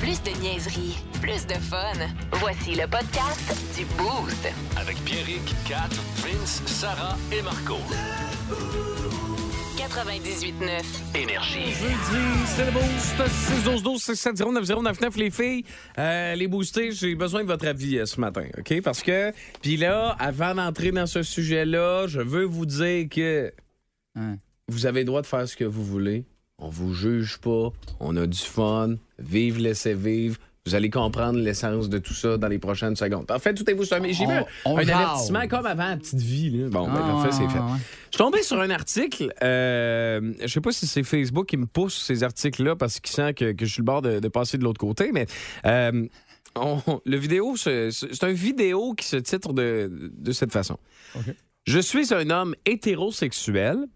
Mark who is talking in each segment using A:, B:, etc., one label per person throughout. A: Plus de niaiserie, plus de fun. Voici le podcast du Boost.
B: Avec Pierrick, Kat, Vince, Sarah et Marco.
C: Oh,
A: 98.9.
B: Énergie.
D: Jeudi, c'est le boost. 6 12 12 6 7 0 9 0 9 9 les filles, euh, les boostés, j'ai besoin de votre avis euh, ce matin, OK? Parce que, puis là, avant d'entrer dans ce sujet-là, je veux vous dire que
C: Ouais.
D: vous avez le droit de faire ce que vous voulez. On vous juge pas. On a du fun. Vive, laissez vivre. Vous allez comprendre l'essence de tout ça dans les prochaines secondes. En fait, tout est vous sommet. J'ai
C: On-
D: vu un,
C: on
D: un
C: jase.
D: avertissement comme avant la petite vie. là. Bon, ben,
C: Ah,
D: parfait,
C: ouais,
D: c'est
C: ouais,
D: fait.
C: ouais.
D: Je suis tombé sur un article. euh, je sais pas si c'est Facebook qui me pousse ces articles-là parce qu'il sent que, que je suis le bord de, de passer de l'autre côté, mais euh, on- le vidéo, se- se- c'est un vidéo qui se titre de, de cette façon. Je suis un homme hétérosexuel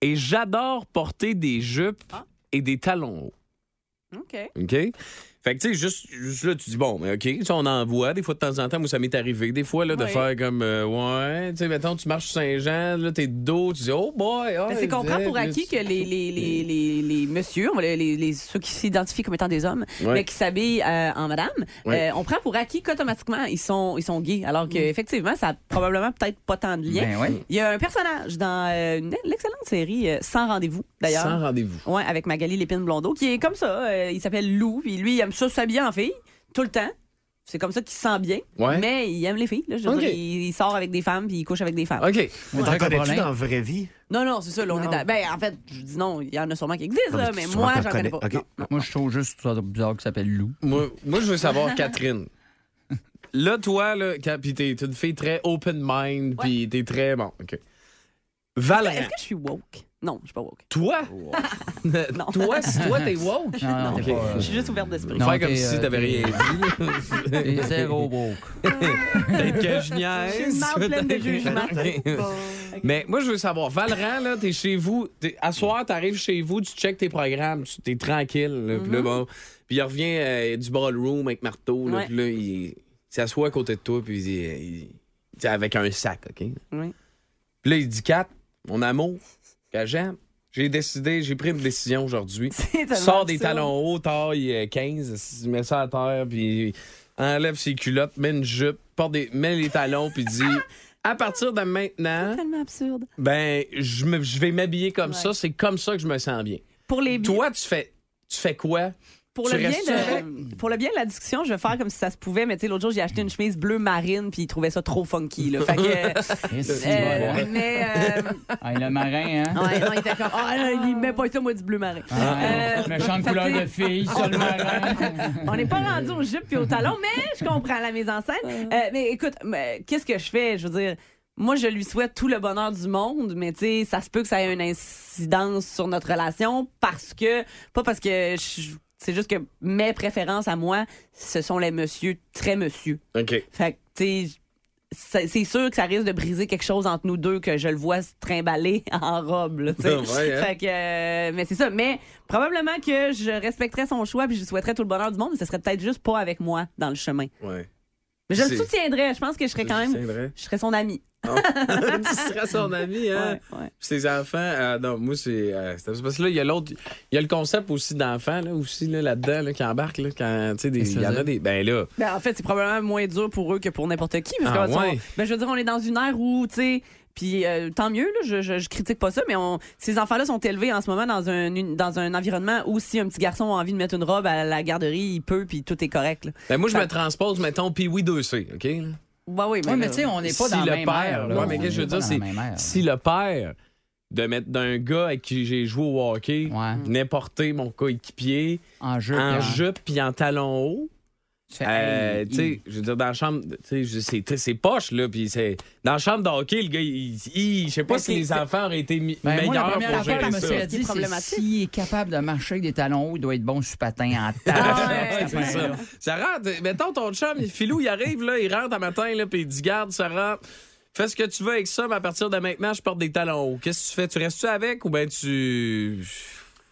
D: et j'adore porter des jupes
C: Ah.
D: et des talons hauts.
E: OK.
D: OK? Fait que, tu sais, juste, juste là, tu dis, bon, mais OK, ça, on en voit. Des fois, de temps en temps, moi, ça m'est arrivé. Des fois, là, de
E: Ouais.
D: faire comme, euh, ouais, tu sais, mettons, tu marches sur Saint-Jean, là, t'es de dos, tu dis, oh boy, oh,
E: Ben, c'est qu'on
D: eh,
E: prend pour
D: là,
E: acquis
D: tu-
E: que les, les, les, les, les messieurs, on va les, les, les- ceux qui s'identifient comme étant des hommes,
D: Ouais.
E: mais qui s'habillent euh, en madame,
D: Ouais. Mm.
E: euh, on prend pour acquis qu'automatiquement, ils sont, ils sont gays. Alors qu'effectivement, ça a probablement peut-être pas tant de lien.
C: Ben ouais.
E: Il y a un personnage dans euh, une- l'excellente série euh, Sans rendez-vous, d'ailleurs.
D: Sans rendez-vous.
E: Ouais, avec Magali Lépine Blondeau, qui est comme ça. euh, il s'appelle Lou, puis lui, il aime ça s'habiller en fille, tout le temps. C'est comme ça qu'il se sent bien.
D: Ouais.
E: Mais il aime les filles. là. Je veux
D: Ok.
E: dire, il, il sort avec des femmes, puis il couche avec des femmes.
D: OK.
C: Mais t'en
F: T'en
C: connais-tu
F: connais-tu dans
C: dans
F: la vraie vie?
E: Non, non, c'est ça. là, on est à- Ben, en fait, je dis non, il y en a sûrement qui existent,
F: Non, mais
E: là,
F: tu-
E: mais
F: tu
E: moi,
F: t'en
E: j'en connais
F: connais,
E: pas.
F: ok.
E: Non, non.
C: Moi, je trouve juste ça bizarre qui s'appelle Lou.
D: Moi, moi, je veux savoir, Catherine. Là, toi, là, quand- puis t'es t'es une fille très open mind, puis t'es très, bon, OK. Valère,
E: Est-ce que je suis woke? Non, je suis pas woke.
D: toi? toi, si toi, t'es woke?
C: Non, non,
D: OK.
C: t'es pas, euh,
E: Je suis juste ouverte d'esprit.
C: Non,
D: Faire comme
C: t'es,
D: si
C: euh,
D: t'avais rien dit.
C: T'es zéro woke.
D: Peut-être que je
E: J'ai une
D: niaise.
E: marde pleine de jugements.
D: Mais moi, je veux savoir, Valran, là, t'es chez vous. T'es, à soir, t'arrives chez vous, tu checkes tes programmes, tu, t'es tranquille. là,
E: Mm-hmm.
D: Puis là, bon. Puis il revient euh, du ballroom avec Marteau. Là,
E: Ouais.
D: Puis là, il, il s'assoit à côté de toi, puis il dit. euh, il- tu sais, avec un sac, OK?
E: Oui.
D: Puis là, il dit Kat, mon amour, que j'aime. J'ai décidé, j'ai pris une décision aujourd'hui.
E: tellement
D: Sors des
E: absurde.
D: talons hauts, taille euh, 15, mets ça à terre, puis enlève ses culottes, mets une jupe, porte des, mets les talons, puis dit à partir de maintenant,
E: tellement absurde.
D: ben je, me- je vais m'habiller comme
E: Ouais.
D: ça, c'est comme ça que je me sens bien.
E: Pour les bi-
D: Toi, tu fais, tu fais quoi?
E: pour
D: tu
E: le bien
D: restes
E: de pour le bien de la discussion, je vais faire comme si ça se pouvait, mais tu sais l'autre jour, j'ai acheté une chemise bleue marine puis il trouvait ça trop funky là. Fait que
C: Et si,
E: euh,
C: ouais.
E: mais euh,
C: Hey, le marin, hein?
E: ouais, non, il était comme ah non, il met pas ça moi du bleu marin.
C: Ah,
E: Euh,
C: méchante
E: fait que,
C: couleur
E: tu sais,
C: de fille, ça, le marin.
E: On n'est pas rendu aux jupes puis aux talons, mais je comprends la mise en scène. Euh, mais écoute, mais qu'est-ce que je fais? Je veux dire, moi, je lui souhaite tout le bonheur du monde, mais tu sais, ça se peut que ça ait une incidence sur notre relation parce que, pas parce que je- c'est juste que mes préférences à moi, ce sont les messieurs, très messieurs.
D: OK.
E: Fait que, tu sais, c'est c'est sûr que ça risque de briser quelque chose entre nous deux que je le vois se trimballer en robe. là, tu sais.
D: Ouais, hein?
E: Fait que, euh, mais c'est ça. Mais probablement que je respecterais son choix puis je lui souhaiterais tout le bonheur du monde, mais ce serait peut-être juste pas avec moi dans le chemin.
D: Ouais.
E: Mais je le
D: C'est-
E: soutiendrais. Je pense que je serais quand même.
D: C'est vrai.
E: Je serais son ami.
D: Ah. tu seras son ami, hein?
E: Ouais, ouais.
D: Ses enfants, euh, non, moi, c'est. euh, c'est parce que là, il y a l'autre. Il y a le concept aussi d'enfants, là, aussi, là, là-dedans, là, qui embarque, là, quand, tu sais, des-
C: Qu'est-ce que
D: il y en a
C: ça
D: des. Ben là.
E: Ben, en fait, c'est probablement moins dur pour eux que pour n'importe qui. Parce
D: Ah,
E: que,
D: ouais.
E: on- ben, je veux dire, on est dans une ère où, tu sais, puis euh, tant mieux, là, je, je, je critique pas ça, mais on, ces enfants-là sont élevés en ce moment dans un, une- dans un environnement où si un petit garçon a envie de mettre une robe à la garderie, il peut, puis tout est correct. Là.
D: Ben, moi, je
E: Ça-
D: me transpose, mettons, puis oui, 2C, OK? là?
E: Ben oui, mais,
C: Ouais, mais
E: là-
C: tu sais, on n'est pas
D: Si
C: dans
D: le
C: la même
D: père,
C: ère, là.
D: ouais, mais
C: On
D: qu'est-ce que je
C: est
D: veux
C: pas
D: dire,
C: dans la
D: c'est-
C: même ère.
D: Si le père de mettre d'un gars avec qui j'ai joué au hockey Mm.
C: Ouais.
D: venait porter mon coéquipier
C: En jeu.
D: en
C: puis en-
D: jupe puis en talon haut,
C: Tu fais,
D: Euh,
C: hey,
D: tu sais, je veux dire, dans la chambre, tu sais, je- c'est- c'est ses poches, là, puis c'est. Dans la chambre d'hockey, le gars, il. il- je sais pas
E: Mais
D: si
E: c'est-
D: les
E: c'est-
D: enfants auraient été mi-
C: Ben, moi, la
D: meilleurs
C: première
D: pour
C: affaire,
D: gérer
C: je me
D: ça.
C: suis
E: C'est
C: dit, c'est
E: problématique.
C: s'il est capable de marcher avec des talons hauts, il doit être bon sur patin en
E: Ah,
D: Ouais,
C: table.
D: c'est ça. Ça rentre. Mettons ton chum, il- Filou, il arrive, là, il rentre un matin, là, puis il dit Garde, Sarah, fais ce que tu veux avec ça, mais à partir de maintenant, je porte des talons hauts. Qu'est-ce que tu fais Tu restes-tu avec ou ben tu.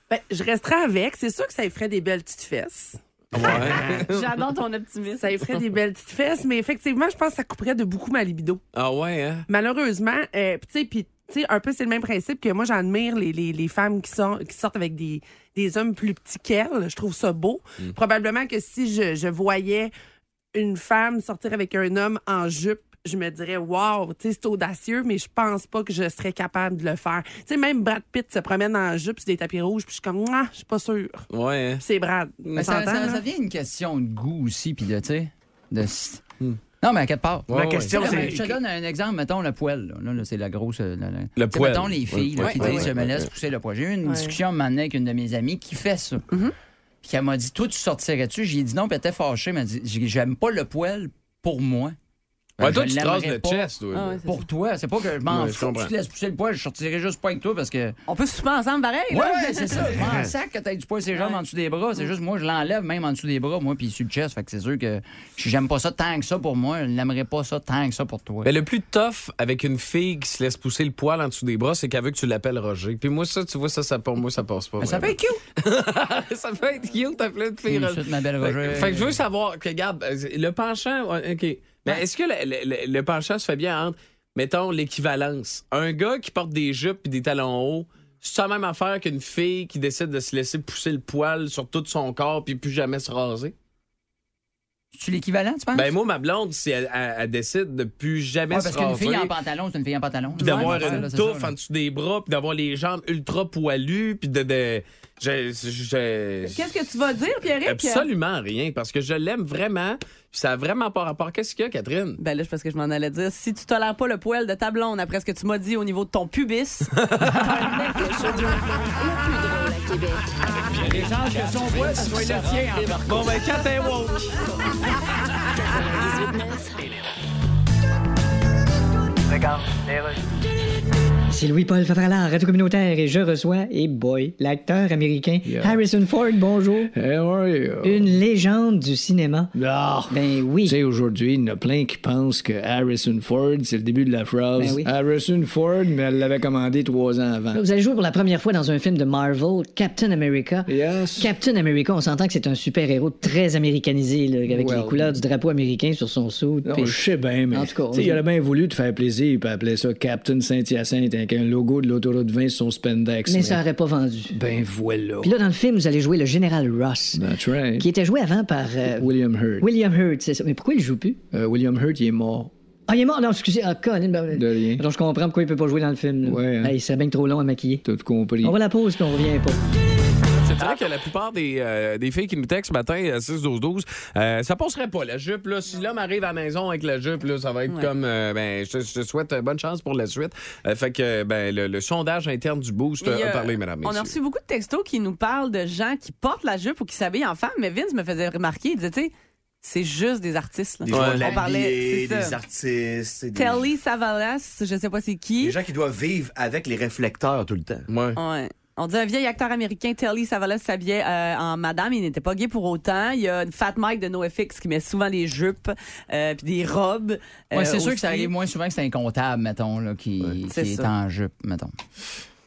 G: Ben, je resterai avec. C'est sûr que ça lui ferait des belles petites fesses.
D: Ouais.
E: J'adore ton optimisme.
G: Ça lui ferait des belles petites fesses, mais effectivement, je pense que ça couperait de beaucoup ma libido.
D: ah ouais, hein
G: Malheureusement, euh, pis tu sais, puis tu sais, un peu, c'est le même principe que moi, j'admire les, les, les femmes qui, sont, qui sortent avec des, des hommes plus petits qu'elles. Je trouve ça beau. Probablement que si je, je voyais une femme sortir avec un homme en jupe, je me dirais, wow, tu sais, c'est audacieux, mais je pense pas que je serais capable de le faire. Tu sais, même Brad Pitt se promène en jupe sur des tapis rouges, puis je suis comme, ah, je suis pas sûre.
D: Ouais, hein?
G: Pis C'est Brad.
C: Mais
G: On
C: Ben, ça,
G: s'entend,
C: ça,
G: là?
C: ça devient une question de goût aussi, puis de, tu sais, de... Non, mais à quelque part.
D: Hmm. Ouais, ouais.
G: question,
C: Non, mais
G: c'est-
C: je te donne un exemple, mettons le poêle. Là, Là, là, c'est la grosse. euh, la- la-
D: Le
C: Tu sais,
D: poêle.
C: Mettons les filles là,
D: Ouais,
C: qui
D: ouais,
C: disent
D: ouais,
C: Je me
D: ouais,
C: laisse
D: ouais.
C: pousser le poids. J'ai eu une
G: Ouais. Mm-hmm.
C: discussion un moment donné avec une de mes amies qui fait ça. Puis elle m'a dit Toi, tu sortirais-tu J'ai dit non, puis elle était fâchée. Elle m'a dit J'ai- J'aime pas le poêle pour moi.
D: Ouais,
C: Je
D: toi, tu te rases
C: l'aimerais
D: le
C: pas
D: chest, toi.
E: Ah ouais, c'est
C: Pour toi, c'est pas que je m'en
D: Ouais, je
C: fous.
D: comprends.
C: Tu te laisses pousser le poêle, je sortirai juste pas avec toi parce que.
E: On peut souper ensemble pareil.
C: Ouais,
E: là.
C: ouais, c'est ça. Je m'en sac que t'aies du poil ses jambes en dessous des bras. C'est juste, moi, je l'enlève même en dessous des bras, moi, puis sur le chest. Fait que c'est sûr que si j'aime pas ça tant que ça pour moi. Je n'aimerais pas ça tant que ça pour toi.
D: Mais Ben, le plus tough avec une fille qui se laisse pousser le poil en dessous des bras, c'est qu'elle veut que tu l'appelles Roger. Puis moi, ça, tu vois, ça, ça pour moi, ça passe pas.
C: Mais ça peut
D: vraiment.
C: être cute.
D: ça peut être cute, t'appeler une fille
C: Hum,
D: Roger.
C: chut, ma belle
D: Fait-
C: Roger.
D: Fait que je veux savoir, que, regarde, euh, le penchant, ouais, OK. Mais est-ce que le, le- le- le penchant se fait bien entre, mettons, l'équivalence? Un gars qui porte des jupes et des talons hauts, c'est la même affaire qu'une fille qui décide de se laisser pousser le poil sur tout son corps puis plus jamais se raser?
C: Tu l'équivalent, tu penses?
D: Ben, moi, ma blonde, si elle, elle- elle décide de plus jamais
C: Ouais,
D: se
C: parce
D: raser.
C: qu'une fille en pantalon, c'est une fille en pantalon.
D: puis d'avoir
C: Ouais,
D: une
C: là, c'est
D: touffe
C: ça,
D: en
C: là.
D: dessous des bras, puis d'avoir les jambes ultra poilues, puis de... de- je- je- je-
E: Qu'est-ce que tu vas dire, Pierrick?
D: Absolument rien, parce que je l'aime vraiment, puis ça a vraiment pas rapport. Qu'est-ce qu'il y a, Catherine?
E: Ben là, je pense que je m'en allais dire. Si tu tolères pas le poil de ta blonde après ce que tu m'as dit au niveau de ton pubis,
A: Le plus drôle à Québec.
C: Les gens que son voix, ça soit le tien. en
D: Bon, ben, Catherine Woke.
A: 98.9.
F: C'est Louis-Paul Favralard, Radio Communautaire, et je reçois, et boy, l'acteur américain Harrison Ford, bonjour.
H: How are you?
F: Une légende du cinéma.
H: Ah!
F: Ben
H: Tu
F: oui.
H: sais, aujourd'hui, il y en a plein qui pensent que Harrison Ford, c'est le début de la phrase.
F: Ben oui.
H: Harrison Ford, mais elle l'avait commandé trois ans avant.
F: Vous allez jouer pour la première fois dans un film de Marvel, Captain America.
H: Yes.
F: Captain America, on s'entend que c'est un super-héros très américanisé, là, avec
H: Well. Oh,
F: les couleurs du drapeau américain sur son sou.
H: Non,
F: puis-
H: je sais bien, mais
F: En tout cas,
H: tu sais, il aurait bien voulu te faire plaisir puis appeler ça Captain Saint-Hyacinthe avec un logo de l'autoroute 20 sur son spandex.
F: mais ça aurait pas vendu.
H: Ben voilà.
F: Puis là, dans le film, vous allez jouer le général Ross,
H: That's right.
F: qui était joué avant par euh,
H: William Hurt.
F: William Hurt, c'est ça. Mais pourquoi il joue plus?
H: Euh, William Hurt, il est mort.
F: Ah, il est mort, non, excusez. Ah, Colin, ben,
H: De rien.
F: Donc, je comprends pourquoi il peut pas jouer dans le film. là.
H: Ouais, hein.
F: Hey, il serait bien trop long à maquiller.
H: T'as tout compris.
F: On va à la pause, puis on revient pas.
D: Je dirais que la plupart des, euh, des filles qui nous textent ce matin à 6-12-12, euh, ça passerait pas, la jupe. Là. Si l'homme arrive à la maison avec la jupe, là, ça va être comme... euh, ben, je, te- je te souhaite euh, bonne chance pour la suite. Euh, fait que euh, ben, le, le sondage interne du boost
E: Mais,
D: a
E: euh,
D: parlé, madame.
E: On a reçu beaucoup de textos qui nous parlent de gens qui portent la jupe ou qui s'habillent en femme, mais Vince me faisait remarquer, il disait, tu sais, c'est juste des artistes. Là.
I: Des gens de
E: On parlait,
I: l'habillé,
E: c'est
I: des
E: ça.
I: artistes, c'est des,
E: Telly Savalas, je sais pas c'est
I: des
E: qui.
I: gens qui doivent vivre avec les réflecteurs tout le temps.
D: Ouais.
E: Ouais. On dit un vieil acteur américain, Telly Savalas, s'habillait euh, en madame, il n'était pas gay pour autant. Il y a une Fat Mike de NoFX qui met souvent des jupes, euh, puis des robes.
C: Ouais,
E: euh,
C: c'est sûr que
E: aussi.
C: ça arrive moins souvent que c'est un comptable, mettons, là, qui, qui
E: C'est
C: est
E: ça.
C: en jupe, mettons.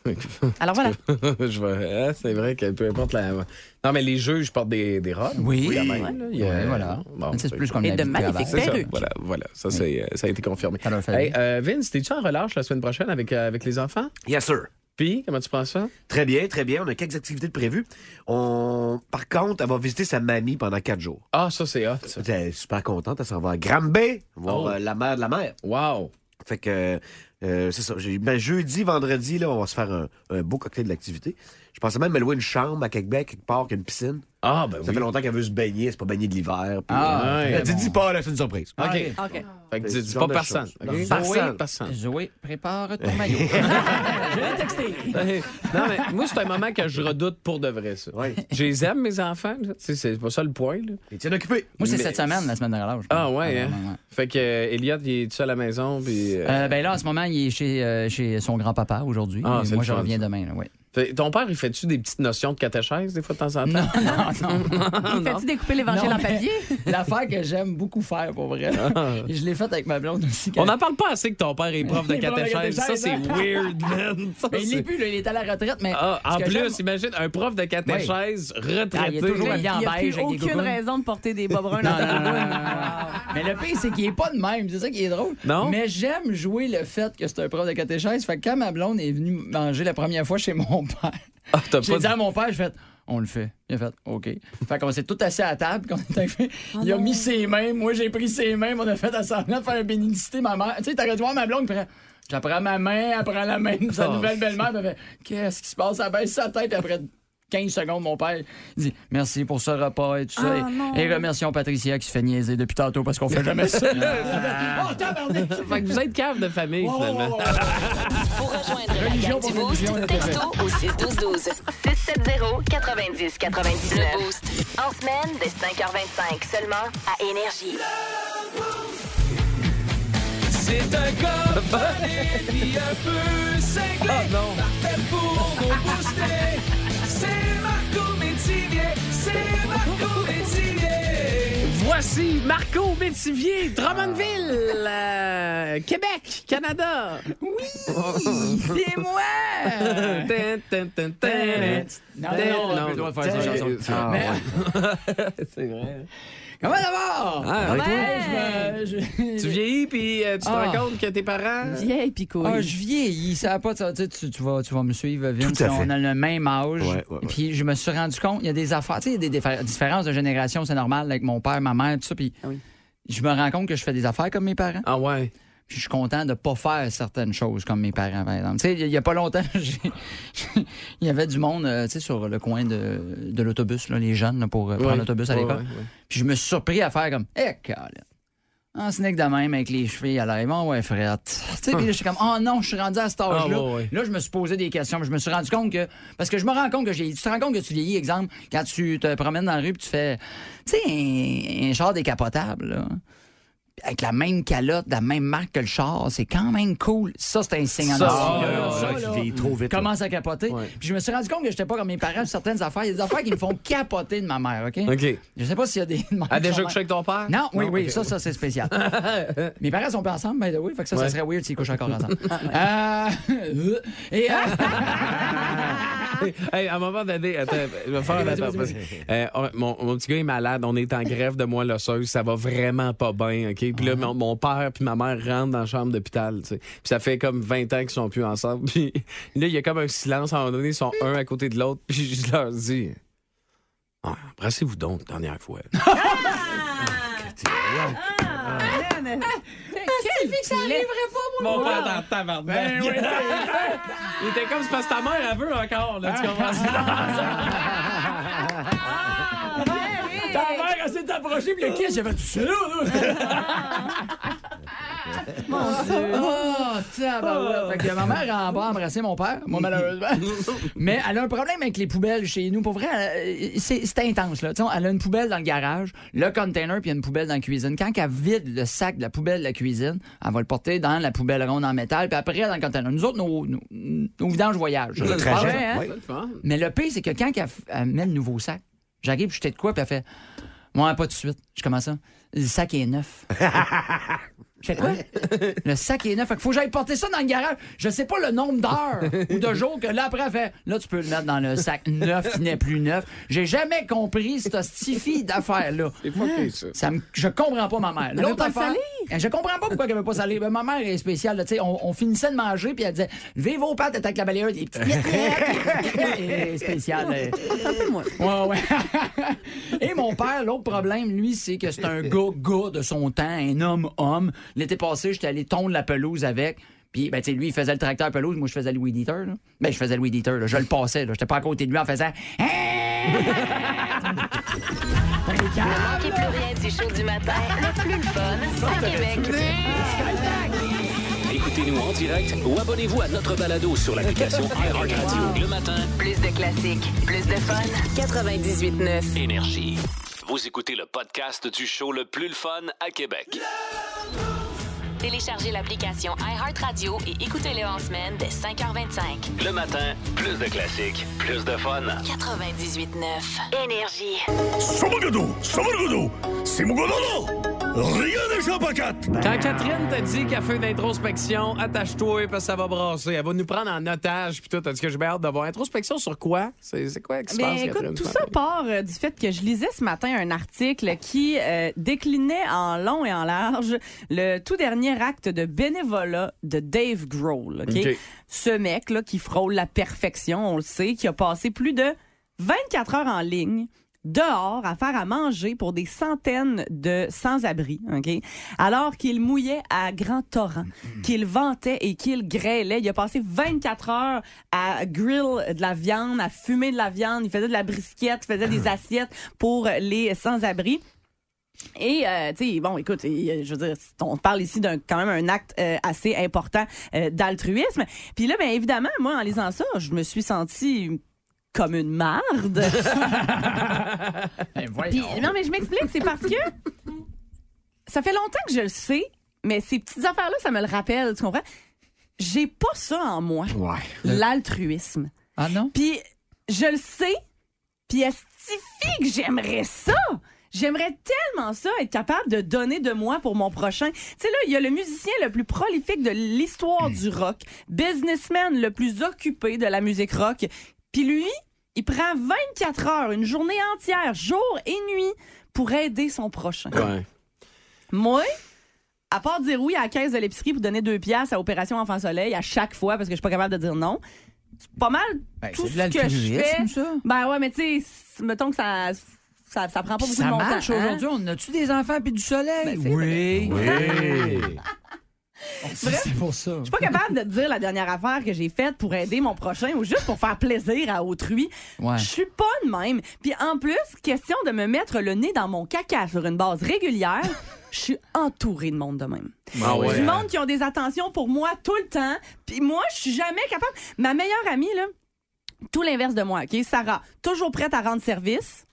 E: Alors voilà.
D: je vais- hein, c'est vrai que peu importe la... Non, mais les juges portent des, des robes.
C: Oui.
D: quand même, là. Il y a-
C: Ouais, voilà.
D: Bon,
C: Mais
J: bah,
C: c'est
D: fait
C: plus
D: que-
C: comme
E: Et de
C: l'habitude
E: magnifiques
C: avant.
D: C'est ça,
E: Perruque.
D: voilà, voilà. Ça, c'est, euh, ça a été confirmé.
C: Ça leur fait
D: Hey, euh, Vince, t'es-tu en relâche la semaine prochaine avec, euh, avec les enfants?
I: Yes, sir.
D: Puis, comment tu penses ça?
I: Très bien, très bien. On a quelques activités de prévues. On... Par contre, elle va visiter sa mamie pendant quatre jours.
D: Ah, ça, c'est hot. ça.
I: Elle est super contente. Elle s'en va à Granby, voir
D: Oh.
I: euh, la mère de la mère.
D: Wow.
I: Fait que, euh, c'est ça. J'ai- ben, jeudi, vendredi, là, on va se faire un, un beau cocktail d'activités. Je pensais même me louer une chambre à Québec, quelque part, qu'une piscine.
D: Ah, ben
I: Ça fait longtemps qu'elle veut se baigner, c'est pas baigner de l'hiver. puis-
C: Ah,
D: ouais.
I: Elle dit, dis pas, là, c'est une surprise.
C: OK.
E: OK.
D: Fait que dis,
I: C'est ce
D: dis
I: genre
D: pas
I: de
D: personne.
I: choses.
D: ok?
I: Non.
D: Personne,
C: Zoé,
D: personne.
C: Zoé, prépare ton maillot. Je vais texter.
D: Hey, non, mais moi, c'est un moment que je redoute pour de vrai, ça.
I: Oui.
D: Je les aime, mes enfants. là. Tu sais, C'est pas ça le point. là.
I: Et tiens occupé.
C: Moi, c'est
D: Mais-
C: cette semaine, la semaine de relâche.
D: Ah, ouais, hein?
C: ouais, ouais.
D: Fait que euh, Elliot, il est tout seul à la maison. Puis, euh,
C: Euh, ben là, en ce moment, il est chez, euh, chez son grand-papa aujourd'hui.
D: Ah,
C: Et
D: c'est
C: moi,
D: le
C: je
D: fun,
C: reviens
D: ça.
C: demain. Là, ouais.
D: fait- ton père, il fait-tu des petites notions de catéchèse, des fois, de temps en temps?
C: Non,
D: Ah,
C: non, non.
E: Il fait-tu découper l'évangile
C: Non,
E: en
C: mais-
E: papier?
C: L'affaire que j'aime beaucoup faire, pour vrai. Et je l'ai faite avec ma blonde aussi. quand-
D: Ah. On n'en parle pas assez que ton père est prof de
C: Il est prof de
D: catéchèse. Ça, c'est
C: catéchèse, hein?
D: weird, man. Ça,
C: Mais il
D: c'est-
C: l'est plus, là, il est à la retraite. Mais
D: Ah,
C: ce
D: en
C: que
D: plus,
C: j'aime-
D: imagine un prof de catéchèse retraité.
C: Ah, il est toujours
E: Il n'y
C: habillé en
E: a
C: beige
E: plus
C: avec des
E: aucune
C: gougounes.
E: raison de porter des bas bruns
C: Non, non,
E: dans ta
C: non, non, non,
E: gougounes.
C: non. Mais le pire, c'est qu'il est pas de même. C'est ça qui est drôle.
D: Non?
C: Mais j'aime jouer le fait que c'est un prof de catéchèse. Fait que quand ma blonde est venue manger la première fois chez mon père,
D: Ah, t'as
C: j'ai
D: pas
C: dit à mon père, j'ai fait, on le fait. Il a fait, OK. Fait qu'on s'est tout assis à la table. Quand on est arrivé, il a mis ses mains. Moi, j'ai pris ses mains. On a fait à semblant de faire un bénédicité. Ma mère, tu sais, t'aurais dû voir ma blonde. Puis elle, je la prends ma main, elle prend la main de sa
D: Oh.
C: nouvelle belle-mère. puis elle fait, qu'est-ce qui se passe? Elle baisse sa tête. Puis après 15 secondes, mon père il dit, merci pour ce repas et tout ça. Et- et, remercions Patricia qui se fait niaiser depuis tantôt parce qu'on fait jamais ça.
D: Ah.
C: oh, tabarnak!
D: Fait que vous êtes cave de famille,
C: Oh,
D: finalement.
C: oh, oh, oh.
A: Pour rejoindre
C: Religion
A: la gang
C: pour
A: du Boost,
C: religion, là.
A: texto au 61212. 670 90 99. Le Boost. En semaine, dès 5h25 seulement à Énergie.
D: C'est un gars volé, puis un peu cinglé. Parfait pour nous booster. C'est Marco Métivier. C'est Marco Métivier. Voici Marco Métivier, Drummondville, euh, Québec, Canada.
C: C'est moi!
D: Tin, tin, tin, tin.
C: Non, non, on a plus le droit de faire ça, chanson.
D: Ah,
C: Mais-
D: ouais. C'est vrai.
C: Comment d'abord?
D: Ah, ouais.
C: Ouais, je me- je-
D: Tu vieillis, puis euh, tu te
C: Ah.
D: rends compte que tes parents...
E: Vieille picouille.
C: Ah, je vieillis, ça a pas de sens. Tu, sais, tu- tu vas, tu vas me suivre, Vince.
I: Tout à fait.
C: On a le même âge.
I: Ouais, ouais, ouais.
C: Puis je me suis rendu compte, il y a des affaires, tu sais, il y a des diffé- différences de génération, c'est normal, avec mon père, ma mère, tout ça. Puis
E: Ah oui.
C: je me rends compte que je fais des affaires comme mes parents.
D: Ah ouais.
C: Puis je suis content de pas faire certaines choses comme mes parents, par exemple. Tu sais, il y a- il y a pas longtemps, j'ai- il y avait du monde, euh, tu sais, sur le coin de, de l'autobus, là, les jeunes, là, pour euh, prendre
D: Ouais.
C: l'autobus à
D: Ouais,
C: l'école.
D: ouais, ouais.
C: Puis je me suis surpris à faire comme Eh, Colin. Un sneak de même avec les chevilles à l'air. Bon, ouais, frère. Tu sais, puis là, j'étais comme, oh non, je suis rendu à cet âge-là.
D: Ah, ouais, ouais.
C: Là, je me suis posé des questions. puis Je me suis rendu compte que. Parce que je me rends compte que j'ai. Tu te rends compte que tu vieillis, exemple, quand tu te promènes dans la rue puis tu fais. Tu sais, un, un char décapotable, là. Avec la même calotte, de la même marque que le char, c'est quand même cool. Ça, c'est un signe en
D: Ça,
C: avant.
D: ouais, ouais,
C: Ça,
D: ouais,
C: là,
I: tu vieillis trop vite,
C: Commence à capoter. Puis je me suis rendu compte que j'étais pas comme mes parents sur certaines affaires. Il y a des affaires qui me font capoter de ma mère, OK?
D: OK.
C: Je sais pas s'il y a des.
D: Ah, déjà que je suis avec ton père?
C: Non, oui, oui,
D: ok.
C: ça, ça, c'est spécial. Mes parents sont pas ensemble, by the way, fait que ça,
D: Ouais.
C: ça serait weird s'ils couchent encore ensemble. Euh, et, euh,
D: Hey, à un moment donné, attends, je vais faire un attends, parce que, euh, on- mon, mon petit gars est malade, on est en grève de moelle osseuse, ça va vraiment pas bien, OK? Puis là, mon, mon père puis ma mère rentrent dans la chambre d'hôpital, tu sais. Puis ça fait comme 20 ans qu'ils sont plus ensemble. Puis là, il y a comme un silence, à un moment donné, ils sont un à côté de l'autre, puis je leur dis... Ah, Embrassez-vous donc, une dernière fois.
C: Ah!
D: Ah, Mon père dans tabarnak. Ben Il était comme, c'est parce que ta mère, elle veut encore, là, tu comprends?
C: ta mère, elle s'est approchée, puis le kiss, j'avais tout ça, là. Mon Dieu. Oh, tabarouette. Fait que ma mère en bas a embrassé mon père, moi, malheureusement. Mais elle a un problème avec les poubelles chez nous. Pour vrai, elle- euh, c'est c'est intense. Là. Tu sais, Elle a une poubelle dans le garage, le container, puis une poubelle dans la cuisine. Quand elle vide le sac de la poubelle de la cuisine, elle va le porter dans la poubelle ronde en métal, puis après dans le container. Nous autres, nos, nos, nos vidanges voyagent. Ça, ça se passe.
E: hein?
I: trajet,
D: Ça, hein? le fun.
C: Mais le pire, c'est que quand elle, f- elle met le nouveau sac, j'arrive, je t'ai de quoi, puis elle fait Moi, pas tout de suite. Je commence ça. Le sac est neuf. Je fais quoi? Le sac est neuf. Fait qu'il faut que j'aille porter ça dans le garage. Je sais pas le nombre d'heures ou de jours que là, après, elle fait Là, tu peux le mettre dans le sac neuf qui n'est plus neuf. J'ai jamais compris cette stifi d'affaire-là.
D: C'est fucké, ça.
C: Ça me- je comprends pas ma mère. L'autre
E: pas le
C: affaire, Eh, je comprends pas pourquoi elle veut pas salir. Ben, ma mère est spéciale. là, tu sais, on, on finissait de manger puis elle disait levez vos pattes attaque la balayeuse. Des petites miettes, miettes, miettes. Elle est spéciale. elle. Ouais, ouais. Et mon père, l'autre problème, lui, c'est que c'est un gars gars de son temps, un homme homme. L'été passé, j'étais allé tondre la pelouse avec. Puis, ben, tu sais, lui, il faisait le tracteur pelouse, moi, je faisais le weed eater, là. Ben, je faisais le weed eater, là. Je le passais, là. J'étais pas à côté de lui en faisant.
A: Ne manquez plus rien du show du matin, le plus le fun à Québec.
B: Écoutez-nous en direct ou abonnez-vous à notre balado sur l'application iHeartRadio. Le matin,
A: Plus de classiques, plus de fun. 98.9.
B: énergie. Vous écoutez le podcast du show le plus le fun à Québec.
A: Téléchargez l'application iHeartRadio et écoutez-le en semaine dès 5h25.
B: Le matin, plus de classiques, plus de fun.
A: 98.9. Énergie.
D: Quand Catherine t'a dit qu'à fait d'introspection, attache-toi parce que ça va brasser. Elle va nous prendre en otage puis tout. T'as dit que j'ai bien hâte d'avoir introspection sur quoi? C'est c'est quoi qui se passe,
E: Mais
D: Catherine,
E: Ben, écoute, tout
D: ce
E: ça
D: matin?
E: part euh, du fait que je lisais ce matin un article qui euh, déclinait en long et en large le tout dernier acte de bénévolat de Dave Grohl. ok?
D: Ok.
E: Ce mec là qui frôle la perfection, on le sait, qui a passé plus de 24 heures en ligne dehors à faire à manger pour des centaines de sans-abri, ok? Alors qu'il mouillait à grand torrent, qu'il ventait et qu'il grêlait. Il a passé 24 heures à grill de la viande, à fumer de la viande, il faisait de la brisquette, il faisait des assiettes pour les sans-abri. Et, euh, tu sais, bon, écoute, il- je veux dire, on parle ici d'un quand même un acte euh, assez important euh, d'altruisme. Puis là, bien évidemment, moi, en lisant ça, je me suis sentie comme une marde.
C: Ben, voyons.
E: Puis, non, mais je m'explique, c'est parce que ça fait longtemps que je le sais, mais ces petites affaires-là, ça me le rappelle, tu comprends? J'ai pas ça en moi, l'altruisme.
C: Ah non?
E: Puis je le sais, puis estifie que j'aimerais ça. J'aimerais tellement ça, être capable de donner de moi pour mon prochain. Tu sais, là, il y a le musicien le plus prolifique de l'histoire du rock, businessman le plus occupé de la musique rock. Puis lui, il prend 24 heures, une journée entière, jour et nuit, pour aider son prochain.
D: Ouais.
E: Moi, à part dire oui à la caisse de l'épicerie pour donner deux piastres à Opération Enfant Soleil à chaque fois parce que je suis pas capable de dire non, c'est pas mal
C: Ben,
E: tout
C: c'est de
E: ce que je fais.
C: l'altruisme, ça.
E: Ben ouais, mais tu sais, c- mettons que ça, ça, ça prend pas beaucoup
C: Ça
E: de mon
C: marche
E: temps. hein.
C: aujourd'hui. On a-tu des enfants puis du soleil?
E: Ben, c'est
C: oui.
D: Hey!
C: C'est pour ça.
E: Je suis pas capable de te dire la dernière affaire que j'ai faite pour aider mon prochain ou juste pour faire plaisir à autrui.
C: Ouais.
E: Je suis pas de même. Puis en plus, question de me mettre le nez dans mon caca sur une base régulière, je suis entourée de monde de même.
D: Ah ouais,
E: Du
D: hein?
E: monde qui ont des attentions pour moi tout le temps. Puis moi, je suis jamais capable. Ma meilleure amie, là, tout l'inverse de moi, OK? Sarah, toujours prête à rendre service.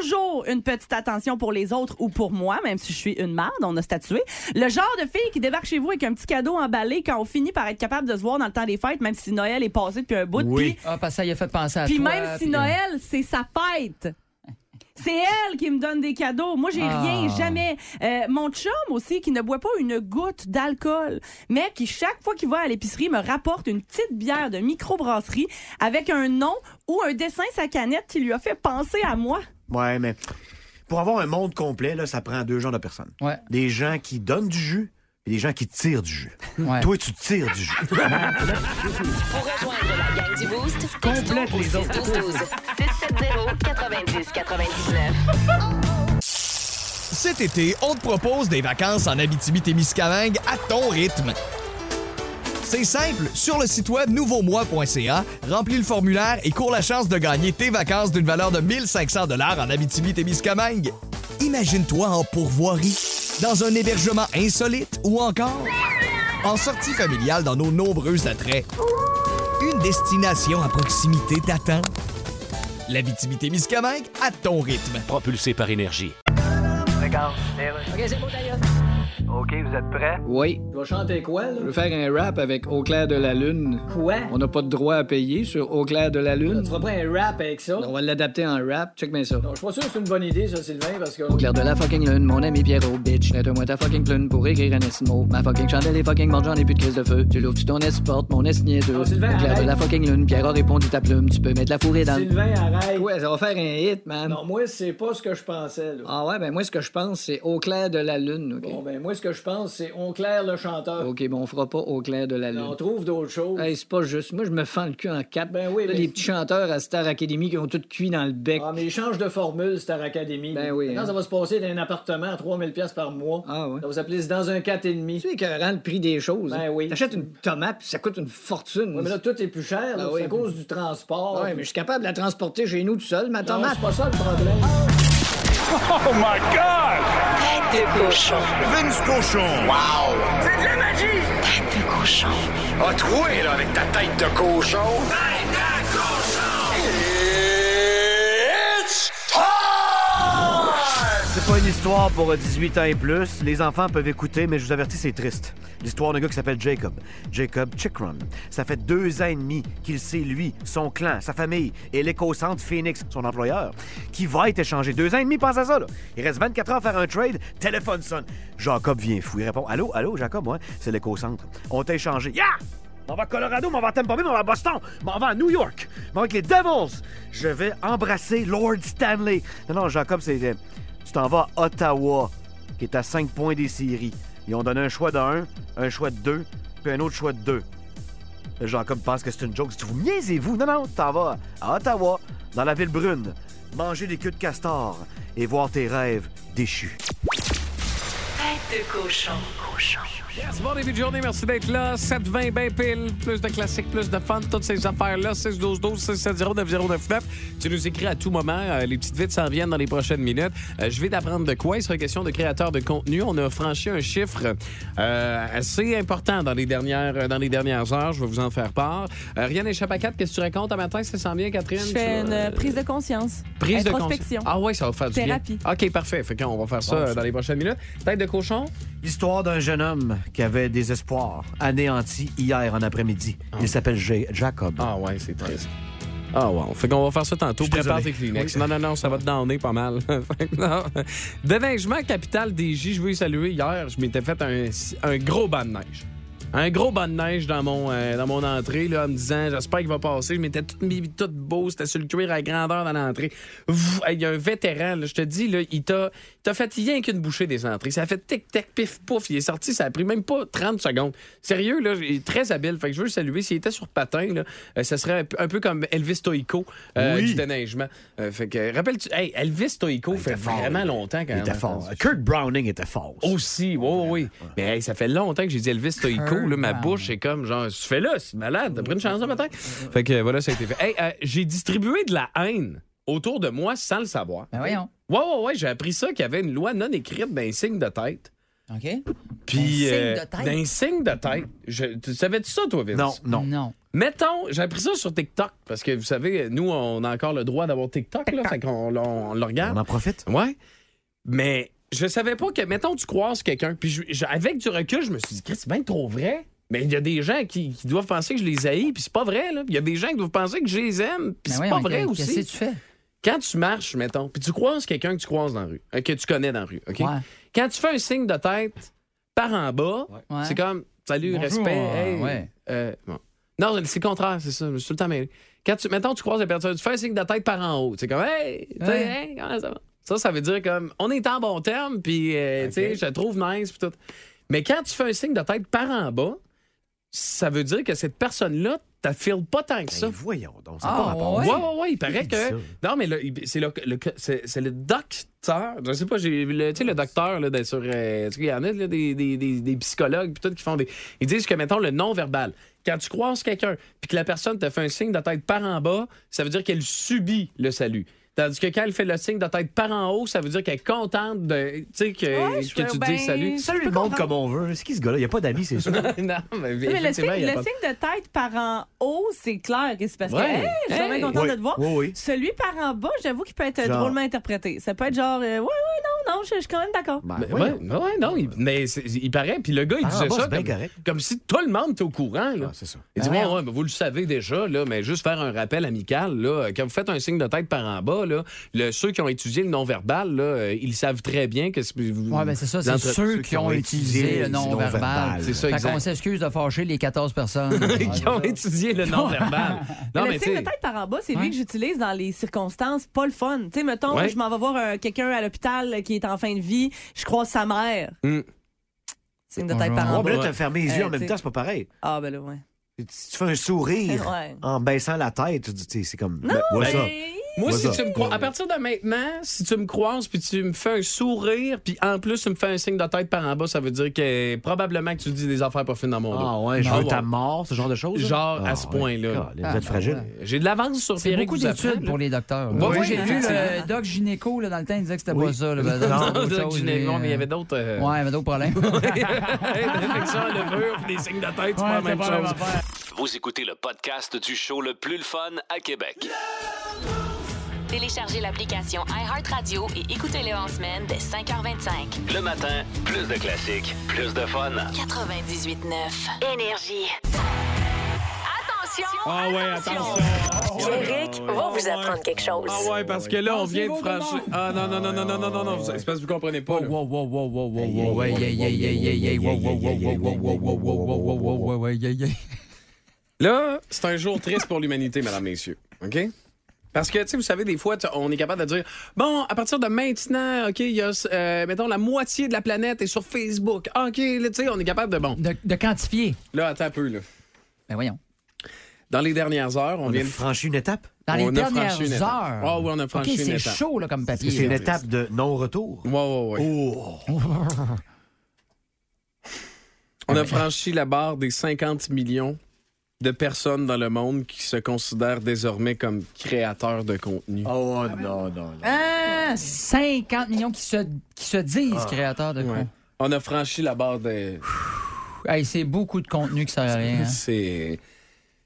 E: Toujours une petite attention pour les autres ou pour moi, même si je suis une marde, on a statué. Le genre de fille qui débarque chez vous avec un petit cadeau emballé quand on finit par être capable de se voir dans le temps des fêtes, même si Noël est passé depuis un bout.
D: Oui.
C: Ah, parce que ça, il a fait penser à
E: Puis, puis
C: toi.
E: même si
C: puis- euh,
E: Noël, c'est sa fête. C'est elle qui me donne des cadeaux. Moi, j'ai
C: Ah.
E: rien, jamais. Euh, mon chum aussi, qui ne boit pas une goutte d'alcool, mais qui, chaque fois qu'il va à l'épicerie, me rapporte une petite bière de microbrasserie avec un nom ou un dessin sa canette qui lui a fait penser à moi.
I: Ouais, mais pour avoir un monde complet, là, ça prend deux genres de personnes.
C: Ouais.
I: Des gens qui donnent du jus et des gens qui tirent du jus.
C: Ouais.
I: Toi, tu tires du jus.
A: Pour rejoindre la gang du Boost, complète les autres. 670 90 99.
K: Cet été, on te propose des vacances en Abitibi-Témiscamingue à ton rythme. C'est simple, sur le site web nouveaumois.ca, remplis le formulaire et cours la chance de gagner tes vacances d'une valeur de 1500 dollars en Abitibi-Témiscamingue. Imagine-toi en pourvoirie, dans un hébergement insolite ou encore en sortie familiale dans nos nombreux attraits. Une destination à proximité t'attend. L'Abitibi-Témiscamingue à ton rythme.
B: Propulsé par énergie.
H: Oui. Tu vas chanter quoi, là? Je veux faire un rap avec Au clair de la lune.
F: Quoi?
H: On n'a pas de droit à payer sur Au clair de la lune.
F: Tu feras pas un rap avec ça?
H: On va l'adapter en rap. Check bien ça.
F: je suis pas sûr que c'est une bonne idée, ça, Sylvain, parce que.
H: Au clair de la fucking lune, mon ami Pierrot, bitch. Nette-moi ta fucking plume pour écrire un esti de mot. Ma fucking chandelle est fucking morte, j'en ai plus de crise de feu. Tu l'ouvres, tu ton esti porte, mon esti niaiseux.
F: Non, Sylvain,
H: Au clair de
F: arrête.
H: la fucking lune, Pierrot répond du ta plume. Tu peux mettre la fourrée dans le...
F: Sylvain, arrête.
H: Ouais, ça va faire un hit, man.
F: Non, moi, c'est pas ce que je pensais, là.
H: Ah ouais, ben moi, ce que je pense, c'est Au clair de la lune, OK?
F: Bon, ben, moi,
L: moi, ce que je pense, c'est on claire le chanteur. Ben,
H: OK, bon, on fera pas au clair de la lune.
L: On trouve d'autres choses.
H: Hey, c'est pas juste. Moi, je me fends le cul en quatre.
L: Ben oui,
H: Là,
L: mais-
H: Les petits chanteurs à Star Academy qui ont tout cuit dans le bec.
L: Ah, mais ils changent de formule, Star Academy.
H: Ben oui,
L: Maintenant,
H: hein.
L: ça va se passer d'un appartement à 3000 pièces par mois.
H: Ah, ouais.
L: Ça va s'appeler C'est dans un 4,5.
H: C'est écœurant le prix des choses.
L: Ben
H: hein.
L: oui.
H: T'achètes une tomate, puis ça coûte une fortune.
L: Ouais, mais là, tout est plus cher.
H: Ah
L: là. c'est
H: oui.
L: à cause du transport.
H: Ouais, mais je suis capable de la transporter chez nous tout seul, ma
L: Non,
H: tomate.
L: c'est pas ça le problème.
M: Oh my God!
A: Tête de cochon.
M: Vince Cochon. Wow! C'est de la magie!
A: Tête de cochon.
M: A troué, là, avec ta tête de cochon. Tête de cochon! It's time!
I: C'est pas une histoire pour euh, 18 ans et plus. Les enfants peuvent écouter, mais je vous avertis, c'est triste. L'histoire d'un gars qui s'appelle Jacob. Jacob Chikron. Ça fait deux ans et demi qu'il sait, lui, son clan, sa famille et l'éco-centre Phoenix, son employeur, qui va être échangé. Deux ans et demi, pense à ça, là. Il reste 24 heures à faire un trade. Téléphone sonne. Jacob vient fou. Il répond Allô, allô, Jacob, moi, c'est l'éco-centre. On t'a échangé. Yeah! On va à Colorado, on va à Tampa Bay, on va à Boston, on va à New York, on va avec les Devils. Je vais embrasser Lord Stanley. Non, non, Jacob, c'est. euh, Tu t'en vas à Ottawa, qui est à 5 points des séries. Ils ont donné un choix de 1, un choix de 2, puis un autre choix de 2. Jacob pense que c'est une joke. Si vous niaisez-vous, non, non, tu t'en vas à Ottawa, dans la ville brune, manger des queues de castor et voir tes rêves déchus.
A: Tête de cochon. Cochon.
D: Yes, bon début de journée, merci d'être là. 7-20, ben pile. Plus de classiques, plus de fun, toutes ces affaires-là. 6-12-12, 6-7-0-9-0-9-9. Tu nous écris à tout moment. Euh, les petites vites s'en viennent dans les prochaines minutes. Euh, je vais t'apprendre de quoi. Il sera question de créateurs de contenu. On a franchi un chiffre euh, assez important dans les, dernières, euh, dans les dernières heures. Je vais vous en faire part. Euh, rien n'échappe à quatre. Qu'est-ce que tu racontes à matin? Ça s'en vient, Catherine?
E: Je
D: Tu vas-
E: fais une euh, prise de conscience.
D: Prise de
E: Introspection.
D: conscience. Ah oui, ça va faire du bien.
E: Thérapie.
D: OK, parfait. Fait qu'on va faire ça
I: Bon,
D: euh,
I: ça.
D: dans les prochaines minutes. Tête de cochon?
I: L'histoire d'un jeune homme qui avait des espoirs, anéanti hier en après-midi. Il s'appelle Ja- Jacob.
D: Ah ouais, c'est triste. Ah wow. Fait qu'on va faire ça tantôt.
I: Je suis
D: Prépare tes
I: désolé.
D: Kleenex.
I: Oui.
D: Non, non, non, ça va te donner pas mal. Fait que non. Déneigement capital DJ, je veux y saluer. Hier, je m'étais fait un, un gros banc de neige. Un gros banc de neige dans mon, euh, dans mon entrée, là, en me disant, j'espère qu'il va passer. Je m'étais tout mis, tout beau. C'était sur le cuir à grandeur dans l'entrée. Vf, hey, Il y a un vétéran, là, je te dis, là, il t'a il t'a fait rien qu'une bouchée des entrées. Ça a fait tic-tac, pif-pouf. Il est sorti, ça a pris même pas 30 secondes. Sérieux, là, il est très habile. Fait que je veux le saluer. S'il était sur patin, là, euh, ça serait un peu- un peu comme Elvis Toico euh,
I: Oui.
D: du déneigement. Euh, fait que, rappelle-tu, hey, Elvis Toico fait
I: fort,
D: vraiment
I: lui.
D: longtemps quand
I: Il était
D: même. hein.
I: fort. Euh, Kurt Browning était fort. ça.
D: Aussi, oui, oui, oui. Mais hey, ça fait longtemps que j'ai dit Elvis Toico. Là, ma bouche est comme genre, tu fais là, c'est malade, t'as pris une chance ce matin. Fait que euh, voilà, ça a été fait. Hey, euh, j'ai distribué de la haine autour de moi sans le savoir.
C: Ben voyons.
D: Ouais, ouais, ouais, j'ai appris ça qu'il y avait une loi non écrite d'un signe de tête.
C: OK? D'un signe
D: Puis. euh,
C: de tête?
D: D'un signe de tête. Je, tu savais-tu ça, toi, Vince?
I: Non, non.
C: Non.
D: Mettons, j'ai appris ça sur TikTok, parce que vous savez, nous, on a encore le droit d'avoir TikTok, là, fait qu'on l'on- on le
I: On
D: regarde.
I: en profite.
D: Ouais. Mais je savais pas que, mettons, tu croises quelqu'un, puis je- je- avec du recul, je me suis dit, Chris, c'est bien trop vrai. Mais il y a des gens qui, qui doivent penser que je les haïs, puis c'est pas vrai, là. Il y a des gens qui doivent penser que je les aime,
C: Ben
D: puis c'est
C: voyons,
D: pas vrai
C: qu'est-
D: aussi
C: Qu'est-ce que tu fais?
D: quand tu marches, mettons, puis tu croises quelqu'un que tu croises dans la rue, euh, que tu connais dans la rue, OK?
C: Ouais.
D: Quand tu fais un signe de tête par en bas,
C: Ouais.
D: c'est comme salut,
C: Bonjour,
D: respect,
C: euh,
D: hey,
C: ouais.
D: euh, bon. Non, c'est le contraire, c'est ça, je me suis tout le temps mêlé. Quand tu, mettons, tu croises la personne, tu fais un signe de tête par en haut, c'est comme hey, tu sais,
C: Ouais.
D: hey, comment ça va? Ça, ça veut dire comme on est en bon terme, puis euh, tu sais, je te trouve nice, puis tout. Mais quand tu fais un signe de tête par en bas, ça veut dire que cette personne-là, t'affile pas tant que ça.
I: Ben, voyons donc, ça n'a
C: Ah,
I: pas rapport.
C: ouais?
D: Ouais, ouais, ouais, il paraît
I: Qui dit
D: que.
I: ça?
D: Non, mais le- il- c'est le, le- c'est c'est le docteur. Je sais pas, j'ai le- tu sais, le docteur, là, de- sur. euh, tu sais, il y en a là, des, des- des- des psychologues, puis tout, qui font des. Ils disent que, mettons, le non-verbal, quand tu croises quelqu'un, puis que la personne te fait un signe de tête par en bas, ça veut dire qu'elle subit le salut. Tandis que quand elle fait le signe de tête par en haut, ça veut dire qu'elle est contente de. Tu sais, que,
E: Ouais, je
D: que tu
E: fais
D: dis
E: bien-
D: salut.
I: Salut le monde comme on veut. C'est qui ce gars-là? Il n'y a pas d'amis, c'est sûr.
D: non, mais,
E: Non, mais le signe,
D: effectivement, il y a
E: le
D: pas-
E: signe de tête par en haut, c'est clair que c'est parce que
D: Ouais.
E: hey, je suis
D: Hey.
E: bien contente
I: Oui,
E: de te voir.
I: oui, oui.
E: Celui par en bas, j'avoue qu'il peut être euh,
I: Genre-
E: drôlement interprété. Ça peut être genre, euh, ouais, ouais, non, non, je je suis quand même d'accord.
I: Ben,
D: Ben,
I: voyons.
D: ouais, ouais, non, il, mais c'est- il paraît. Puis le gars, il
I: Ah,
D: disait
I: bah,
D: ça
I: c'est bien
D: comme,
I: correct.
D: comme si tout le monde était au courant. Là.
I: Ah, c'est ça.
D: il dit,
C: Ben
D: ouais,
C: voyons.
D: ouais, mais vous le savez déjà, là, mais juste faire un rappel amical, là, quand vous faites un signe de tête par en bas, là, le- ceux qui ont étudié le non-verbal, là, euh, ils savent très bien que... c'est- vous-
C: Ouais, ben c'est ça, c'est
D: entre-
C: ceux qui ont utilisé le non-verbal.
D: C'est ça,
C: Fait qu'on
D: exact.
C: s'excuse de fâcher les 14 personnes.
D: qui ont étudié le non-verbal.
E: Mais
D: non, mais
E: le
D: tu
E: signe de
D: sais...
E: tête par en bas, c'est
C: Ouais.
E: lui que j'utilise dans les circonstances pas le fun. Tu sais, mettons,
D: Ouais.
E: euh, je m'en vais voir euh, quelqu'un à l'hôpital qui est en fin de vie, je croise sa mère.
D: Hmm.
E: signe de tête par en
I: Ouais,
E: bas.
I: mais là, t'as fermé les yeux
E: Euh,
I: en même
E: t'sais.
I: temps, c'est pas pareil.
E: Ah, ben là, ouais.
I: Si tu fais un sourire
E: Ouais.
I: en baissant la tête, tu dis, tu sais, c'est comme.
E: Non,
I: ben, vois
D: mais-
I: ça.
D: Moi,
I: Vois
D: si
I: ça.
D: tu me crois, à partir de maintenant, si tu me croises puis tu me fais un sourire, puis en plus tu me fais un signe de tête par en bas, ça veut dire que probablement que tu dis des affaires pas fines dans mon dos.
I: Ah ouais, je
D: Ah
I: veux ta mort, ce genre de choses. là?
D: Genre
I: Ah
D: à ce
I: ouais.
D: point-là.
I: Calais, Vous êtes fragile.
D: J'ai de l'avance sur
C: C'est
D: Pierrick
C: beaucoup
D: vous apprend,
C: d'études
D: là.
C: pour les docteurs.
D: Oui,
C: Moi,
D: oui,
C: j'ai lu
D: effectivement.
C: le doc gynéco là, dans le temps, il disait que c'était
D: Oui.
C: pas ça. Là,
D: Non,
C: Ben,
D: non,
C: autre
D: doc
C: chose,
D: gynéco,
C: mais,
D: mais il y avait d'autres, euh,
C: Ouais, il y avait d'autres problèmes.
D: Réflexion à levure, puis des signes de tête, c'est
C: Ouais,
D: pas la
C: c'est
D: même
C: pas la même
D: chose.
B: Vous écoutez le podcast du show le plus le fun à Québec.
A: Téléchargez l'application iHeartRadio et écoutez-le en semaine dès 5h25.
B: Le matin, plus de classiques, plus de fun.
A: 98.9. Énergie. Attention!
D: Ah ouais, attention.
A: Pierrick va vous apprendre quelque chose.
D: Ah ouais, parce que là, on vient de franchir. Ah non, non, non, non, non, non, non, non, c'est parce que vous comprenez pas. là. Là, c'est un jour triste pour l'humanité, mesdames, messieurs. OK? Parce que, tu sais, vous savez, des fois, tu- on est capable de dire Bon, à partir de maintenant, OK, il y a, euh, mettons, la moitié de la planète est sur Facebook. Ah, OK, là, tu sais, on est capable de. Bon.
C: De, quantifier.
D: Là, attends un peu, là.
C: Ben voyons.
D: Dans les dernières heures, on,
I: On
D: vient
I: a
D: de
I: franchi une étape.
C: Dans les
D: On a
C: dernières
D: franchi une
C: heures.
D: étape. Ah oui, on a franchi
C: OK,
D: une
C: c'est
D: étape.
C: chaud là, comme papier.
I: C'est une
C: là.
I: étape de non-retour.
D: Ouais, ouais, ouais.
I: Oh!
D: On a franchi la barre des 50 millions de personnes dans le monde qui se considèrent désormais comme créateurs de contenu.
I: Oh non, non, non.
C: Ah, 50 millions qui se, qui se disent créateurs de contenu.
D: On a franchi la barre des...
C: Hey, c'est beaucoup de contenu qui sert à rien. hein.
D: C'est...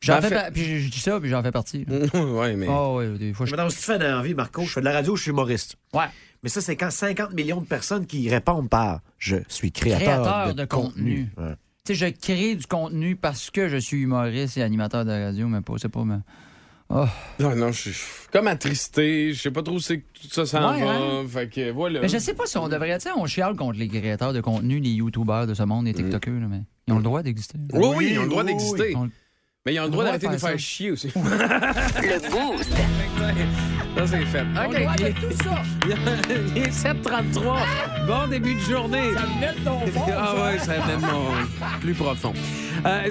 C: J'en
D: Ben,
C: fais
D: fait-
C: par- Ah, Puis je- je dis ça, puis j'en fais partie. là.
D: ouais, mais...
C: Ah ouais, des fois, je...
I: Maintenant, si tu fais dans la vie, Marco, je fais de la radio, je suis humoriste.
C: Ouais.
I: Mais ça, c'est quand 50 millions de personnes qui répondent par Je suis créateur,
C: Créateur de contenu.
I: Ouais.
C: Tu sais, je crée du contenu parce que je suis humoriste et animateur de radio, mais pas, c'est pas... mais- Oh.
D: Non, Ah, non, je suis comme attristé. Je sais pas trop où c'est que tout ça s'en
C: Ouais,
D: va.
C: hein?
D: Fait que voilà.
C: Mais je sais pas si on devrait... Tu sais, on chiale contre les créateurs de contenu, les youtubeurs de ce monde, les tiktokers, là, mais ils ont le droit d'exister.
D: Mm. Oui, oui, ils ont le droit
I: oui,
D: d'exister.
C: On-
D: Mais ils ont le droit
C: On
D: d'arrêter de
C: va
D: nous
C: faire
D: faire
C: ça.
D: chier aussi.
A: Le boost.
D: Ça, c'est fait.
C: On a le droit
D: OK. ben,
C: de tout ça!
D: Il est 7h33. Bon début de journée. Ça venait de ton fond. Ah ouais, ça venait de mon plus profond. Euh,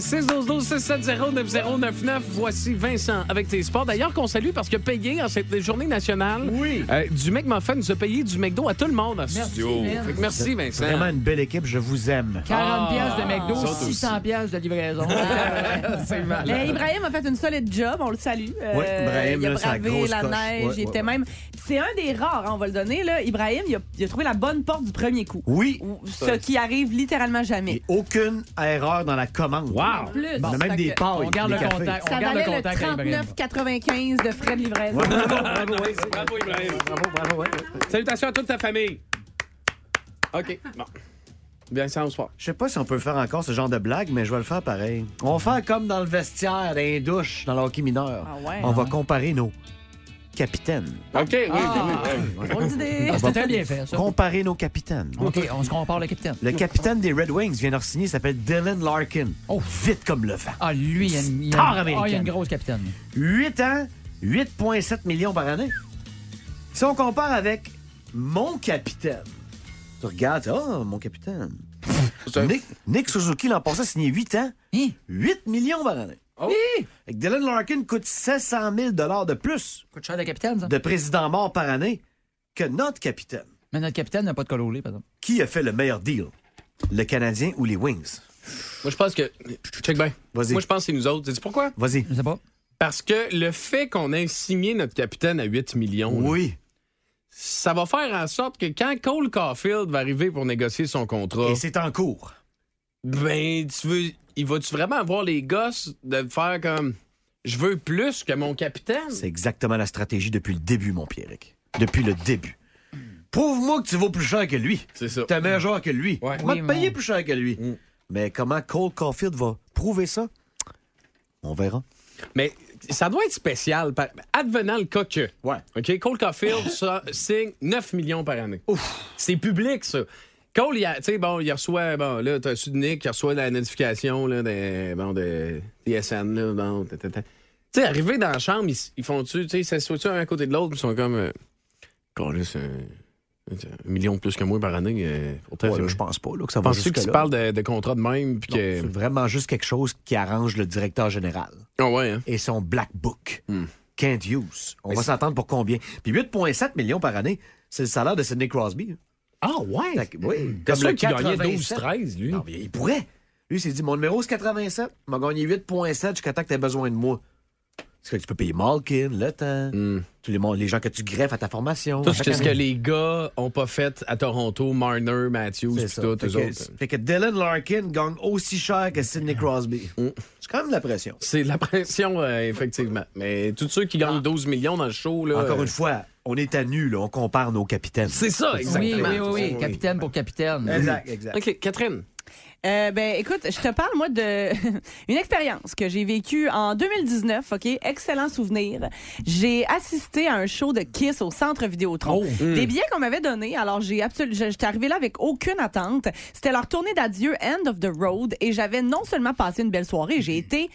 D: 612-670-9099, voici Vincent avec tes sports. D'ailleurs, qu'on salue parce que payé en cette journée nationale
I: Oui.
D: euh, du McMuffin nous a payé du McDo à tout le monde en studio.
C: Vin.
D: Fait que merci, Vincent.
I: Vraiment une belle équipe, je vous aime.
E: Ah.
C: 40 piastres de
I: Ah,
D: Vous
C: McDo,
D: autres
C: 600 piastres de livraison.
D: Ah C'est malade.
E: Mais Ben, Ibrahim a fait une solide job, on le salue. Euh,
I: Ouais, Ibrahim,
E: il a
I: là, c'est la
E: bravé
I: grosse
E: la
I: coche.
E: neige,
I: Ouais,
E: il
I: ouais,
E: était
I: ouais.
E: même. C'est un des rares, hein, on va le donner. Là. Ibrahim, il a, il a trouvé la bonne porte du premier coup.
I: Oui.
E: Ou- Ce qui arrive littéralement jamais.
I: Et aucune erreur dans la commande.
D: Wow.
E: Plus.
I: On a même
E: Fait
I: des
E: que
I: pailles.
C: On garde
I: des
C: le
I: cafés.
C: contact. On
E: Ça
C: garde le
E: valait le
C: contact à Ibrahim.
E: 39,95 de frais de livraison.
I: Ouais, bravo, bravo, ouais.
D: Bravo, Ibrahim.
I: Bravo, bravo, ouais.
D: Salutations à toute ta famille. OK. Bon. Vincent, au sport.
I: Je sais pas si on peut faire encore ce genre de blague, mais je vais le faire pareil. On va faire comme dans le vestiaire, dans les douches, dans le hockey mineur.
E: Ah ouais,
I: on va comparer nos capitaines.
D: OK, oui.
E: Bonne idée.
I: On va
C: Ah, C'était bien fait, ça.
I: comparer nos capitaines.
C: OK, on se compare le capitaine.
I: Le capitaine des Red Wings vient de signer, il s'appelle Dylan Larkin.
C: Oh.
I: Vite comme le vent.
C: Ah, lui, il y a une, il y a une-
I: Star
C: ah, il y a
I: américaine.
C: une grosse capitaine.
I: 8 ans, 8,7 millions par année. Si on compare avec mon capitaine, tu regardes, tu dis, oh, mon capitaine. Nick, Nick Suzuki, l'an passé, a signé 8 ans,
C: Hein?
I: 8 millions par année.
D: Oh.
I: Fait que Dylan Larkin coûte 700 000 de plus
C: Coûte cher le capitaine, ça.
I: de président mort par année que notre capitaine.
C: Mais notre capitaine n'a pas de col roulé, par exemple.
I: Qui a fait le meilleur deal? Le Canadien ou les Wings?
D: Moi, je pense que. Check bien.
I: Vas-y.
D: Moi, je pense que c'est nous autres. Dis pourquoi?
I: Vas-y.
C: Je sais pas.
D: Parce que le fait qu'on ait signé notre capitaine à 8 millions, là,
I: Oui.
D: ça va faire en sorte que quand Cole Caulfield va arriver pour négocier son contrat,
I: Et c'est en cours.
D: ben, tu veux. Il va-tu vraiment avoir les gosses de faire comme. Je veux plus que mon capitaine?
I: C'est exactement la stratégie depuis le début, mon Pierrick. Depuis le début. Prouve-moi que tu vaux plus cher que lui.
D: C'est ça.
I: T'es un meilleur joueur que lui.
D: Ouais.
I: On va
C: Oui,
I: te payer
C: mon-
I: plus cher que lui.
D: Mm.
I: Mais comment Cole Caulfield va prouver ça? On verra.
D: Mais ça doit être spécial. par- Advenant le cas que.
I: Ouais.
D: OK, Cole Caulfield ça, signe 9 millions par année. Ouf! C'est public, ça. Cole, il a- tu sais, bon, il reçoit, bon, là, t'as su de Nick, il reçoit la notification, là, des, bon, de TSN, là, bon, ta, ta, ta. Tu sais, arrivé dans la chambre, ils, s- ils font-tu, tu sais, ils s'assoient-tu un à côté de l'autre, puis ils sont comme, euh, Cole, c'est un, Un million de plus que moi par année. euh, pourtant,
I: Ouais,
D: c'est-
I: là, je pense pas là, que ça va
D: Penses-tu que tu
I: jusque-là.
D: parles de, de contrat de même? Puis
I: Non,
D: que...
I: C'est vraiment juste quelque chose qui arrange le directeur général.
D: Ah hein?
I: Et son black book.
D: Hmm.
I: Can't use. On va s'entendre pour combien? Puis 8,7 millions par année, c'est le salaire de Sidney Crosby. Ah ouais? Oui.
D: Comme
I: le
D: le qui gagnait 12-13, lui.
I: Non, mais il pourrait. Lui, il s'est dit, mon numéro, c'est 87. Il m'a gagné 8,7 jusqu'à temps que t'aies besoin de moi. Parce que tu peux payer Malkin, le temps,
D: Hmm.
I: tous les, mon- les gens que tu greffes à ta formation.
D: Tout
I: à chaque
D: ce que
I: année.
D: les gars ont pas fait à Toronto, Marner, Matthews, puis
I: C'est ça.
D: tout,
I: Fait
D: eux
I: que,
D: autres. euh,
I: fait que Dylan Larkin gagne aussi cher que Sidney Crosby. C'est quand même de la pression.
D: C'est de la pression, euh, effectivement. Mais tous ceux qui gagnent 12 millions dans le show, là.
I: Ah. Encore
D: euh,
I: une fois, on est à nu, là, on compare nos capitaines.
D: C'est ça, exactement.
C: Oui, oui, oui, oui. Capitaine pour capitaine.
I: Exact, exact.
D: OK, Catherine.
E: Euh, ben, écoute, je te parle, moi, de une expérience que j'ai vécue en 2019, OK? Excellent souvenir. J'ai assisté à un show de Kiss au Centre
N: Oh.
E: Vidéotron.
N: Mm.
E: Des
C: Hmm.
E: billets qu'on m'avait donnés, alors j'ai absolument... J'étais arrivée là avec aucune attente. C'était leur tournée d'adieu, End of the Road, et j'avais non seulement passé une belle soirée, j'ai été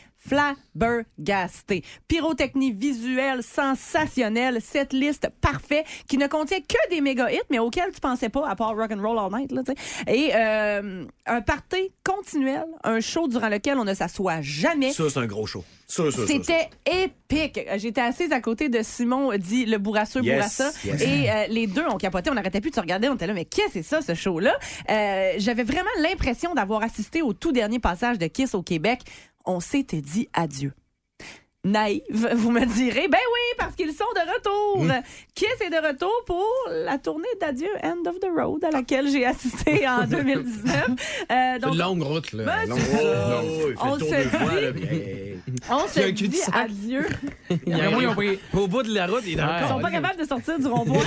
E: flabbergastée. Pyrotechnie visuelle sensationnelle, cette liste parfaite qui ne contient que des méga hits, mais auxquels tu pensais pas, à part Rock and Roll All Night. Là, tu sais. Et euh, un party continuel, un show durant lequel on ne s'assoit jamais.
I: Ça, c'est un gros show. Ça, ça, ça, ça.
E: C'était épique. J'étais assise à côté de Simon euh, dit le bourrasseux
I: Yes,
E: bourrassa
I: yes.
E: et euh, les deux on capotait, on n'arrêtait plus de se regarder, on était là mais qu'est-ce que c'est ça ce show là j'avais vraiment l'impression d'avoir assisté au tout dernier passage de Kiss au Québec. On s'était dit adieu naïve, vous me direz, ben oui, parce qu'ils sont de retour. Qui est de retour pour la tournée d'adieu End of the Road à laquelle j'ai assisté en 2019. Euh,
D: C'est
E: donc,
D: une longue route, là.
E: Ben,
D: Longue
E: c'est
D: route,
E: ça.
D: longue route.
E: On se dit- on
D: Il y a
E: se
D: un cul
E: dit
D: de sac.
E: adieu.
D: Il y a un- Au bout de la route, il est
E: Ils sont
D: encore.
E: pas capables de sortir du rond-point.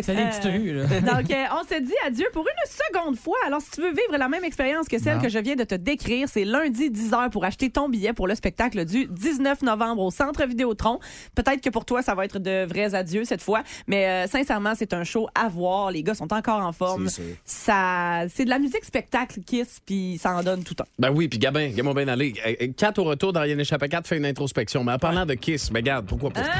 C: C'est des petites rues, là.
E: Donc, euh, on se dit adieu pour une seconde fois. Alors, si tu veux vivre la même expérience que celle
C: Non.
E: que je viens de te décrire, c'est lundi 10h pour acheter ton billet pour le spectacle du 19 novembre au Centre Vidéotron. Peut-être que pour toi, ça va être de vrais adieux cette fois, mais euh, sincèrement, c'est un show à voir. Les gars sont encore en forme.
D: C'est sûr.
E: Ça, C'est de la musique spectacle kiss, puis ça en donne tout un.
D: Ben oui, puis Gabin, Gabin Ben allé. Euh, euh, Kat au retour, d'Ariane Échappé 4 fait une introspection. Mais en parlant de Kiss, mais regarde, pourquoi pas?
E: Ah!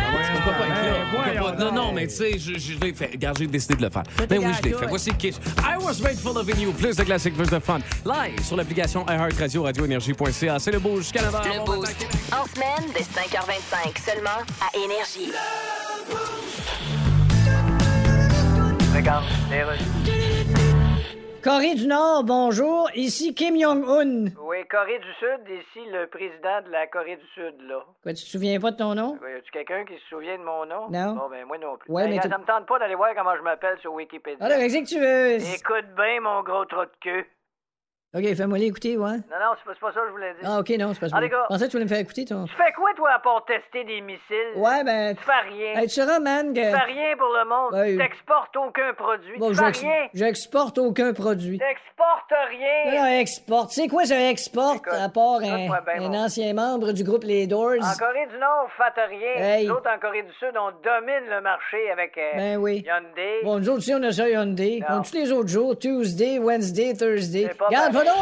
D: Pourquoi pas être là? Pourquoi pas- Non, non, mais tu sais, je, je l'ai fait. Regarde, j'ai décidé de le faire. Ben oui, je l'ai fait. Voici Kiss. I was made for loving you. Plus de classiques, plus de fun. Live sur l'application iHeartRadio, radioénergie.ca. C'est le beau jusqu'à 9
A: Le Boost. En semaine, dès 5h25, seulement à Énergie.
H: Regarde,
F: Corée du Nord, bonjour. Ici Kim Jong-un.
L: Oui, Corée du Sud, ici le président de la Corée du Sud, là.
F: Quoi, tu te souviens pas de ton nom?
L: Oui, Ben, y a-tu quelqu'un qui se souvient de mon nom?
F: Non.
L: Bon, ben, moi non plus.
F: Ouais,
L: Ben,
F: mais
L: regarde,
F: Ah, t'es-
L: ça me tente pas d'aller voir comment je m'appelle sur Wikipédia.
F: Alors, qu'est-ce que tu veux?
L: Écoute bien, mon gros trou de queue.
F: OK, fais-moi l'écouter, ouais.
L: Non, non, c'est pas- c'est pas ça que je voulais dire.
F: Ah, OK, non, c'est pas ça.
L: Ah, les gars.
F: Je pensais que tu voulais me faire écouter, ton...
L: Tu fais quoi, toi, à part tester des missiles?
F: Ouais, ben...
L: Tu fais rien.
F: Hey, tu sauras, man, que...
L: Tu fais rien pour le monde.
F: Ouais.
L: Tu n'exportes aucun produit.
F: Bon,
L: tu
F: j'ex-
L: fais rien.
F: j'exporte aucun produit.
L: T'exportes rien.
F: Non, non, exporte. C'est quoi ça exporte à part un,
L: écoute-moi bien,
F: un
L: mon-
F: ancien membre du groupe Les Doors?
L: En Corée du Nord, vous faites rien.
F: Hey.
L: Nous autres, en Corée du Sud, on domine le marché avec euh,
F: Ben oui.
L: Hyundai.
F: Bon, nous autres aussi, on a ça Hyundai.
L: Ah,
F: Comme tous les autres jours, Tuesday, Wednesday, Thursday. Regarde, va
L: pareil.
F: donc
L: Non,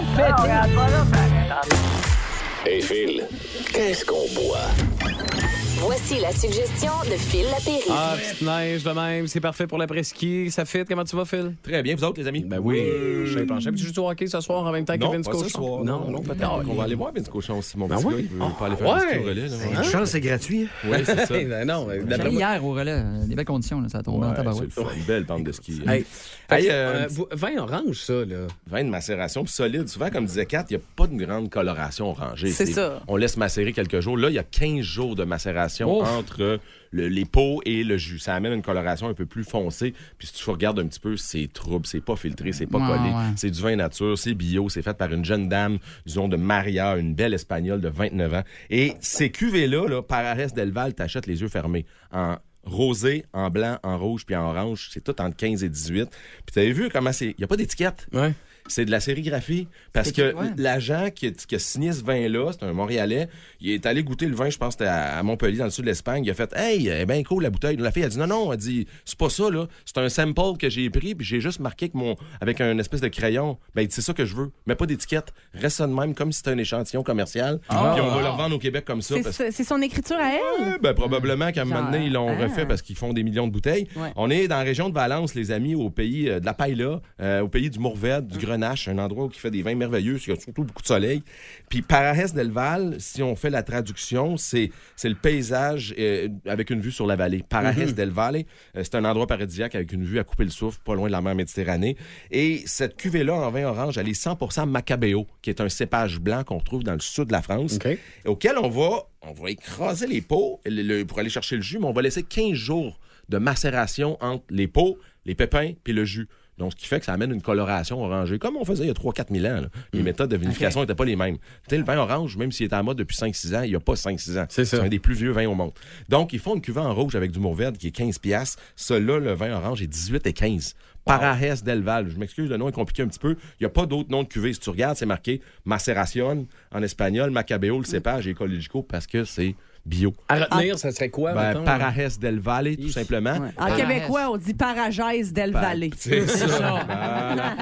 L: regarde,
F: péter!
L: va donc,
M: Hey Phil, qu'est-ce qu'on boit?
A: Voici la suggestion de Phil Lapéry.
D: Ah, petite neige de même, c'est parfait pour l'après-ski. Ça fit, comment tu vas, Phil?
J: Très bien, vous autres, les amis? Euh,
D: Ben oui, je suis penché. Puis tu joues au hockey ce soir en même temps
J: Non,
D: que Vince
J: pas ce
D: Cochon?
J: soir. Non, non, peut-être qu'on va aller voir Vince Cochon aussi, mon
D: Ben
J: petit
D: oui.
J: gars. Il veut
D: Ah,
J: pas aller faire
D: ouais.
J: un petit relais.
D: Une chance, c'est
I: gratuit.
J: hein. Oui, c'est ça.
D: Ben non, ben,
C: J'allais
J: d'après moi-
C: hier au relais, euh, des belles conditions, là, ça tombe en
J: Ouais,
C: tabarouette.
J: c'est le fun. Une belle bande de ski.
D: Hey,
J: Hey,
D: Fait
J: euh,
D: que, euh, vous- vin orange, ça, là.
J: Vin de macération puis solide. Souvent, comme disait Kat, il n'y a pas de grande coloration orangée.
D: C'est ça.
J: On laisse macérer quelques jours. Là, il y a 15 jours de macération
D: Ouf.
J: entre euh, le- les pots et le jus. Ça amène une coloration un peu plus foncée. Puis si tu regardes un petit peu, c'est trouble, c'est pas filtré, c'est pas
D: Ouais,
J: collé.
D: ouais.
J: C'est du vin nature, c'est bio, c'est fait par une jeune dame, disons, de Maria, une belle Espagnole de 29 ans. Et ces cuvées-là, là, par Arès Delval, t'achètes les yeux fermés. En rosé, en blanc, en rouge, puis en orange. C'est tout entre 15 et 18. Puis t'avais vu comment c'est... Il n'y a pas d'étiquette. c'est de la sérigraphie. Parce
N: C'est
J: que
N: que- ouais.
J: l'agent qui, qui a signé ce vin-là, c'est un Montréalais, il est allé goûter le vin, je pense, c'était à à Montpellier, dans le sud de l'Espagne. Il a fait Hey, eh ben cool la bouteille. La fille a dit Non, non, elle dit C'est pas ça, là. C'est un sample que j'ai pris, puis j'ai juste marqué avec, mon, avec un espèce de crayon. Ben, il dit, c'est ça que je veux. Mais pas d'étiquette. Reste ça de même, comme si c'était un échantillon commercial.
E: Ah.
J: puis on va le revendre au Québec comme ça.
E: C'est
J: parce-
E: ce- c'est son écriture à elle?
J: ben, probablement qu'à un moment donné, ils l'ont
E: Genre, ah.
J: refait parce qu'ils font des millions de bouteilles.
E: Ouais.
J: On est dans la région de Valence, les amis, au pays euh, de la Pailla, euh, au pays du Mourvèdre,
E: Mm.
J: du Grenache, un endroit où il fait des vins merveilleux, il y a surtout beaucoup de soleil. Puis Parares del Val, si on fait la traduction, c'est c'est le paysage euh, avec une vue sur la vallée. Parares
N: Mhm.
J: del Valle, euh, c'est un endroit paradisiaque avec une vue à couper le souffle, pas loin de la mer Méditerranée. Et cette cuvée-là en vin orange, elle est 100% Macabeo, qui est un cépage blanc qu'on trouve dans le sud de la France, et auquel on va, on va écraser les pots le- le- pour aller chercher le jus, mais on va laisser 15 jours de macération entre les pots, les pépins puis le jus. Donc, ce qui fait que ça amène une coloration orangée, comme on faisait il y a 3-4 000 ans. là. Les méthodes de vinification n'étaient pas les mêmes. Tu sais, le vin orange, même s'il est en mode depuis 5-6 ans, il n'y a pas 5-6 ans. C'est un des plus vieux vins au monde. Donc, ils font une cuvée en rouge avec du Mourvèdre qui est 15 piastres. Celui-là, le vin orange, est 18 et 15. Parares del Val. Je m'excuse, le nom est compliqué un petit peu. Il n'y a pas d'autre nom de cuvée. Si tu regardes, c'est marqué Macération en espagnol, Macabeo, le cépage et Ecologico parce que c'est bio.
D: À retenir, ça serait quoi,
J: Ben,
D: mettons?
J: Parares del Valle, tout simplement.
E: En québécois, on dit Paragèse del
J: Par-
E: Valle.
J: C'est ça. Voilà.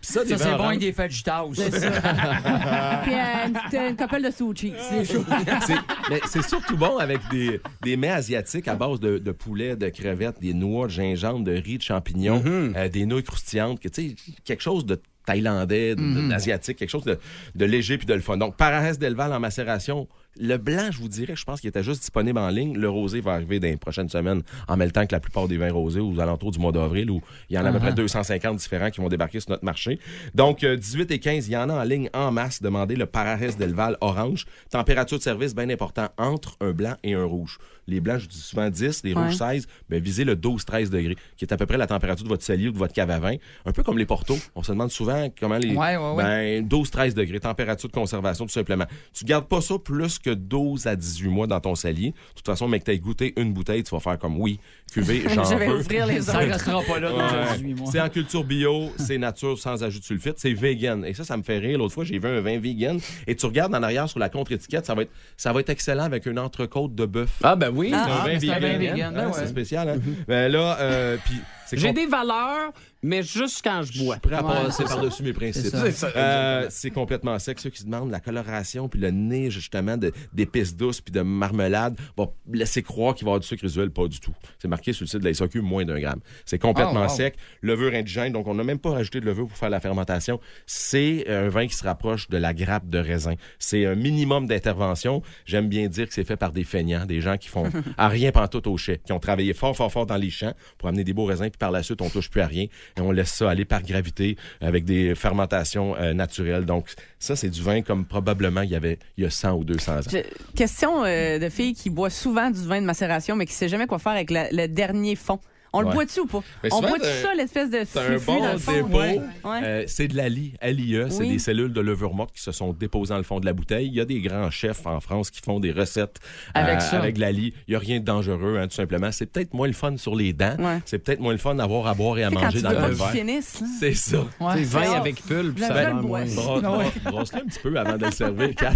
J: Puis ça, des
C: Ça, c'est
J: vins
C: bon
J: oranges.
C: avec des feuilles de
E: C'est ça. Puis euh, une, petite- une couple de sushi. C'est chaud.
J: C'est- mais c'est surtout bon avec des, des mets asiatiques à base de, de poulet, de crevettes, des noix, de gingembre, de riz, de champignons, euh, des nouilles croustillantes, que, tu sais, quelque chose de thaïlandais, de-
N: Mhm.
J: d'asiatique, quelque chose de, de léger puis de le fun. Donc, Parares d'Elval en macération. Le blanc, je vous dirais, je pense qu'il était juste disponible en ligne. Le rosé va arriver dans les prochaines semaines, en même temps que la plupart des vins rosés aux alentours du mois d'avril, où il y en a à peu près
N: Ah.
J: 250 différents qui vont débarquer sur notre marché. Donc, euh, 18 et 15, il y en a en ligne en masse. Demandez le Parares d'Elval orange. Température de service, bien important, entre un blanc et un rouge. Les blancs, je dis souvent 10, les rouges
N: Ouais.
J: 16, ben, visez le 12-13 degrés, qui est à peu près la température de votre cellier ou de votre cave à vin. Un peu comme les portos. On se demande souvent comment les...
N: Ouais, ouais, ouais.
J: Ben, 12-13 degrés, température de conservation, tout simplement. Tu gardes pas ça plus que 12 à 18 mois dans ton cellier. De toute façon, mec, que t'aies goûté une bouteille, tu vas faire comme oui, cuvée, j'en
N: Je vais
J: veux.
N: ouvrir les Ça autres. restera pas là dans
J: Ouais.
N: 18 mois.
J: C'est en culture bio, c'est nature sans ajout de sulfite, c'est vegan. Et ça, ça me fait rire. L'autre fois, j'ai vu un vin vegan et tu regardes en arrière sur la contre-étiquette, ça va être, ça va être excellent avec une entrecôte de bœuf. Ah, ben oui, c'est
D: Ah,
J: un vin
D: mais c'est un
J: vegan.
D: vin vegan, ben
J: Hein,
D: ouais.
J: C'est spécial. Hein? ben là, euh, puis c'est
D: J'ai
J: com-
D: des valeurs, mais juste quand je bois.
J: prêt à passer par-dessus mes principes.
D: C'est ça.
J: Euh, C'est complètement sec. Ceux qui se demandent la coloration puis le nez, justement, de- d'épices douces puis de marmelade, vont laisser croire qu'il va y avoir du sucre résiduel. Pas du tout. C'est marqué sur le site de la SAQ, moins d'un gramme. C'est complètement
N: Oh,
D: Ah,
N: wow.
J: sec. Levure indigène, donc on n'a même pas rajouté de levure pour faire la fermentation. C'est euh, un vin qui se rapproche de la grappe de raisin. C'est un minimum d'intervention. J'aime bien dire que c'est fait par des feignants, des gens qui font à rien pantoute au chai, qui ont travaillé fort, fort, fort dans les champs pour amener des beaux raisins, puis par la suite, on touche plus à rien et on laisse ça aller par gravité avec des fermentations euh, naturelles. Donc, ça, c'est du vin comme probablement il y avait il y a 100 ou 200 ans.
E: Je- question euh, de fille qui boit souvent du vin de macération, mais qui sait jamais quoi faire avec la- le dernier fond. On le
J: Ouais.
E: boit-tu ou pas?
J: Mais
E: On
J: souvent,
E: boit-tu
J: t'as-
E: ça, l'espèce de
J: C'est un
E: flux
J: bon
E: dans le fond?
J: dépôt.
E: Ouais. Ouais.
J: Euh, c'est de la LIE. LIE, E, c'est
E: Oui.
J: des cellules de levure morte qui se sont déposées dans le fond de la bouteille. Il y a des grands chefs en France qui font des recettes euh,
N: Avec ça.
J: de la LIE. Il n'y a rien de dangereux, hein, tout simplement. C'est peut-être moins le fun sur les dents.
N: Ouais.
J: C'est peut-être moins le fun d'avoir à boire et à
N: Tu sais,
J: manger
N: quand
J: dans
N: tu
J: le
N: veux
J: même
N: pas
J: verre.
N: qu'ils
E: finissent, là.
J: C'est ça.
N: Ouais. C'est vin avec
D: pull,
N: puis ça a l'air moins bon. Ah ouais.
J: Brosse-le un petit peu avant de le servir, Kat.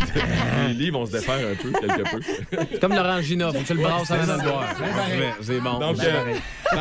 J: Les livres vont se défaire un peu, quelque peu.
D: C'est Comme l'orangina, faut que tu le brasses avant de le boire.
J: Ouais,
D: Parfait, C'est bon.
J: Donc,
D: C'est
J: euh,
D: pareil.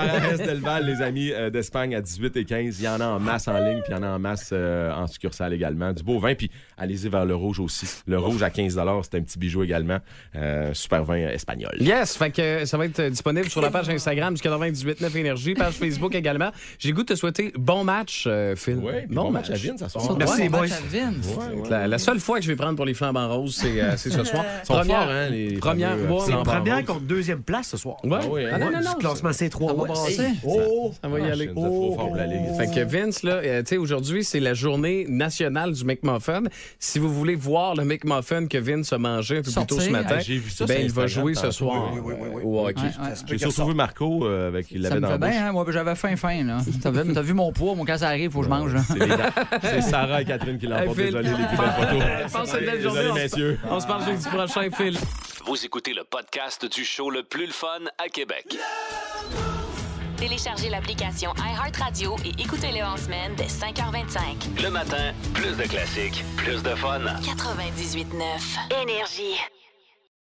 J: Parares del Val, les amis euh, d'Espagne à 18 et 15. Il y en a en masse en ligne, puis il y en a en masse euh, en succursale également. Du beau vin, puis allez-y vers le rouge aussi. Le rouge à 15 c'est un petit bijou également. Euh, super vin espagnol.
D: Yes, fait que euh, ça va être euh, disponible sur la page Instagram du 989 Énergie, page Facebook également. J'ai le goût de te souhaiter bon match, euh, Phil. bon, match à Vince
J: ce
C: soir. Merci, Bon match boys. à Vince.
D: Ouais, ouais. La, la seule fois que je vais prendre pour les flambants roses, c'est euh, c'est ce soir.
I: Ils sont
D: Première-
I: forts, hein, les
D: Première.
I: fameux, euh,
D: ouais,
I: C'est
D: flambants
I: première
D: roses.
I: contre deuxième place ce soir.
D: Ouais. Ah oui, hein. Ah non, non, non,
I: Du classement C3.
D: va
I: ouais.
D: brasser.
I: Hey. Oh,
D: Ça va y aller.
I: Ah, je vous êtes trop fort pour la Ligue.
D: Fait que Vince, là, euh, tu sais, aujourd'hui, c'est la journée nationale du McMuffin. Si vous voulez voir le McMuffin que Vince a mangé un peu plus tôt ce
J: Sortir.
D: matin,
J: Ah, j'ai vu ça
D: ben,
J: sur
D: il va
J: Instagram
D: jouer ce
J: tantôt.
D: soir
J: Oui, oui, oui, oui.
D: euh, au hockey.
C: Ouais, ouais. Ça se peut
J: J'ai
C: qu'il
J: surtout vu Marco euh, avec il
C: Ça
J: l'avait
C: me
J: dans la
C: fait
J: bouche.
C: bien, hein? Moi, j'avais faim, faim, là. T'as vu, t'as vu mon poids, mon quand ça arrive, faut que je mange, là.
J: C'est les gars. C'est Sarah et Catherine qui l'emportent.
D: Hey, Phil.
J: Désolé, les plus belles photos.
D: Passe une belle journée.
J: Désolé,
D: on se-
J: messieurs.
D: On se parle jeudi prochain, Phil.
B: Vous écoutez le podcast du show le plus le fun à Québec.
A: Téléchargez l'application iHeartRadio et écoutez-le en semaine dès 5h25.
O: Le matin, plus de classiques, plus de fun.
A: 98.9 Énergie.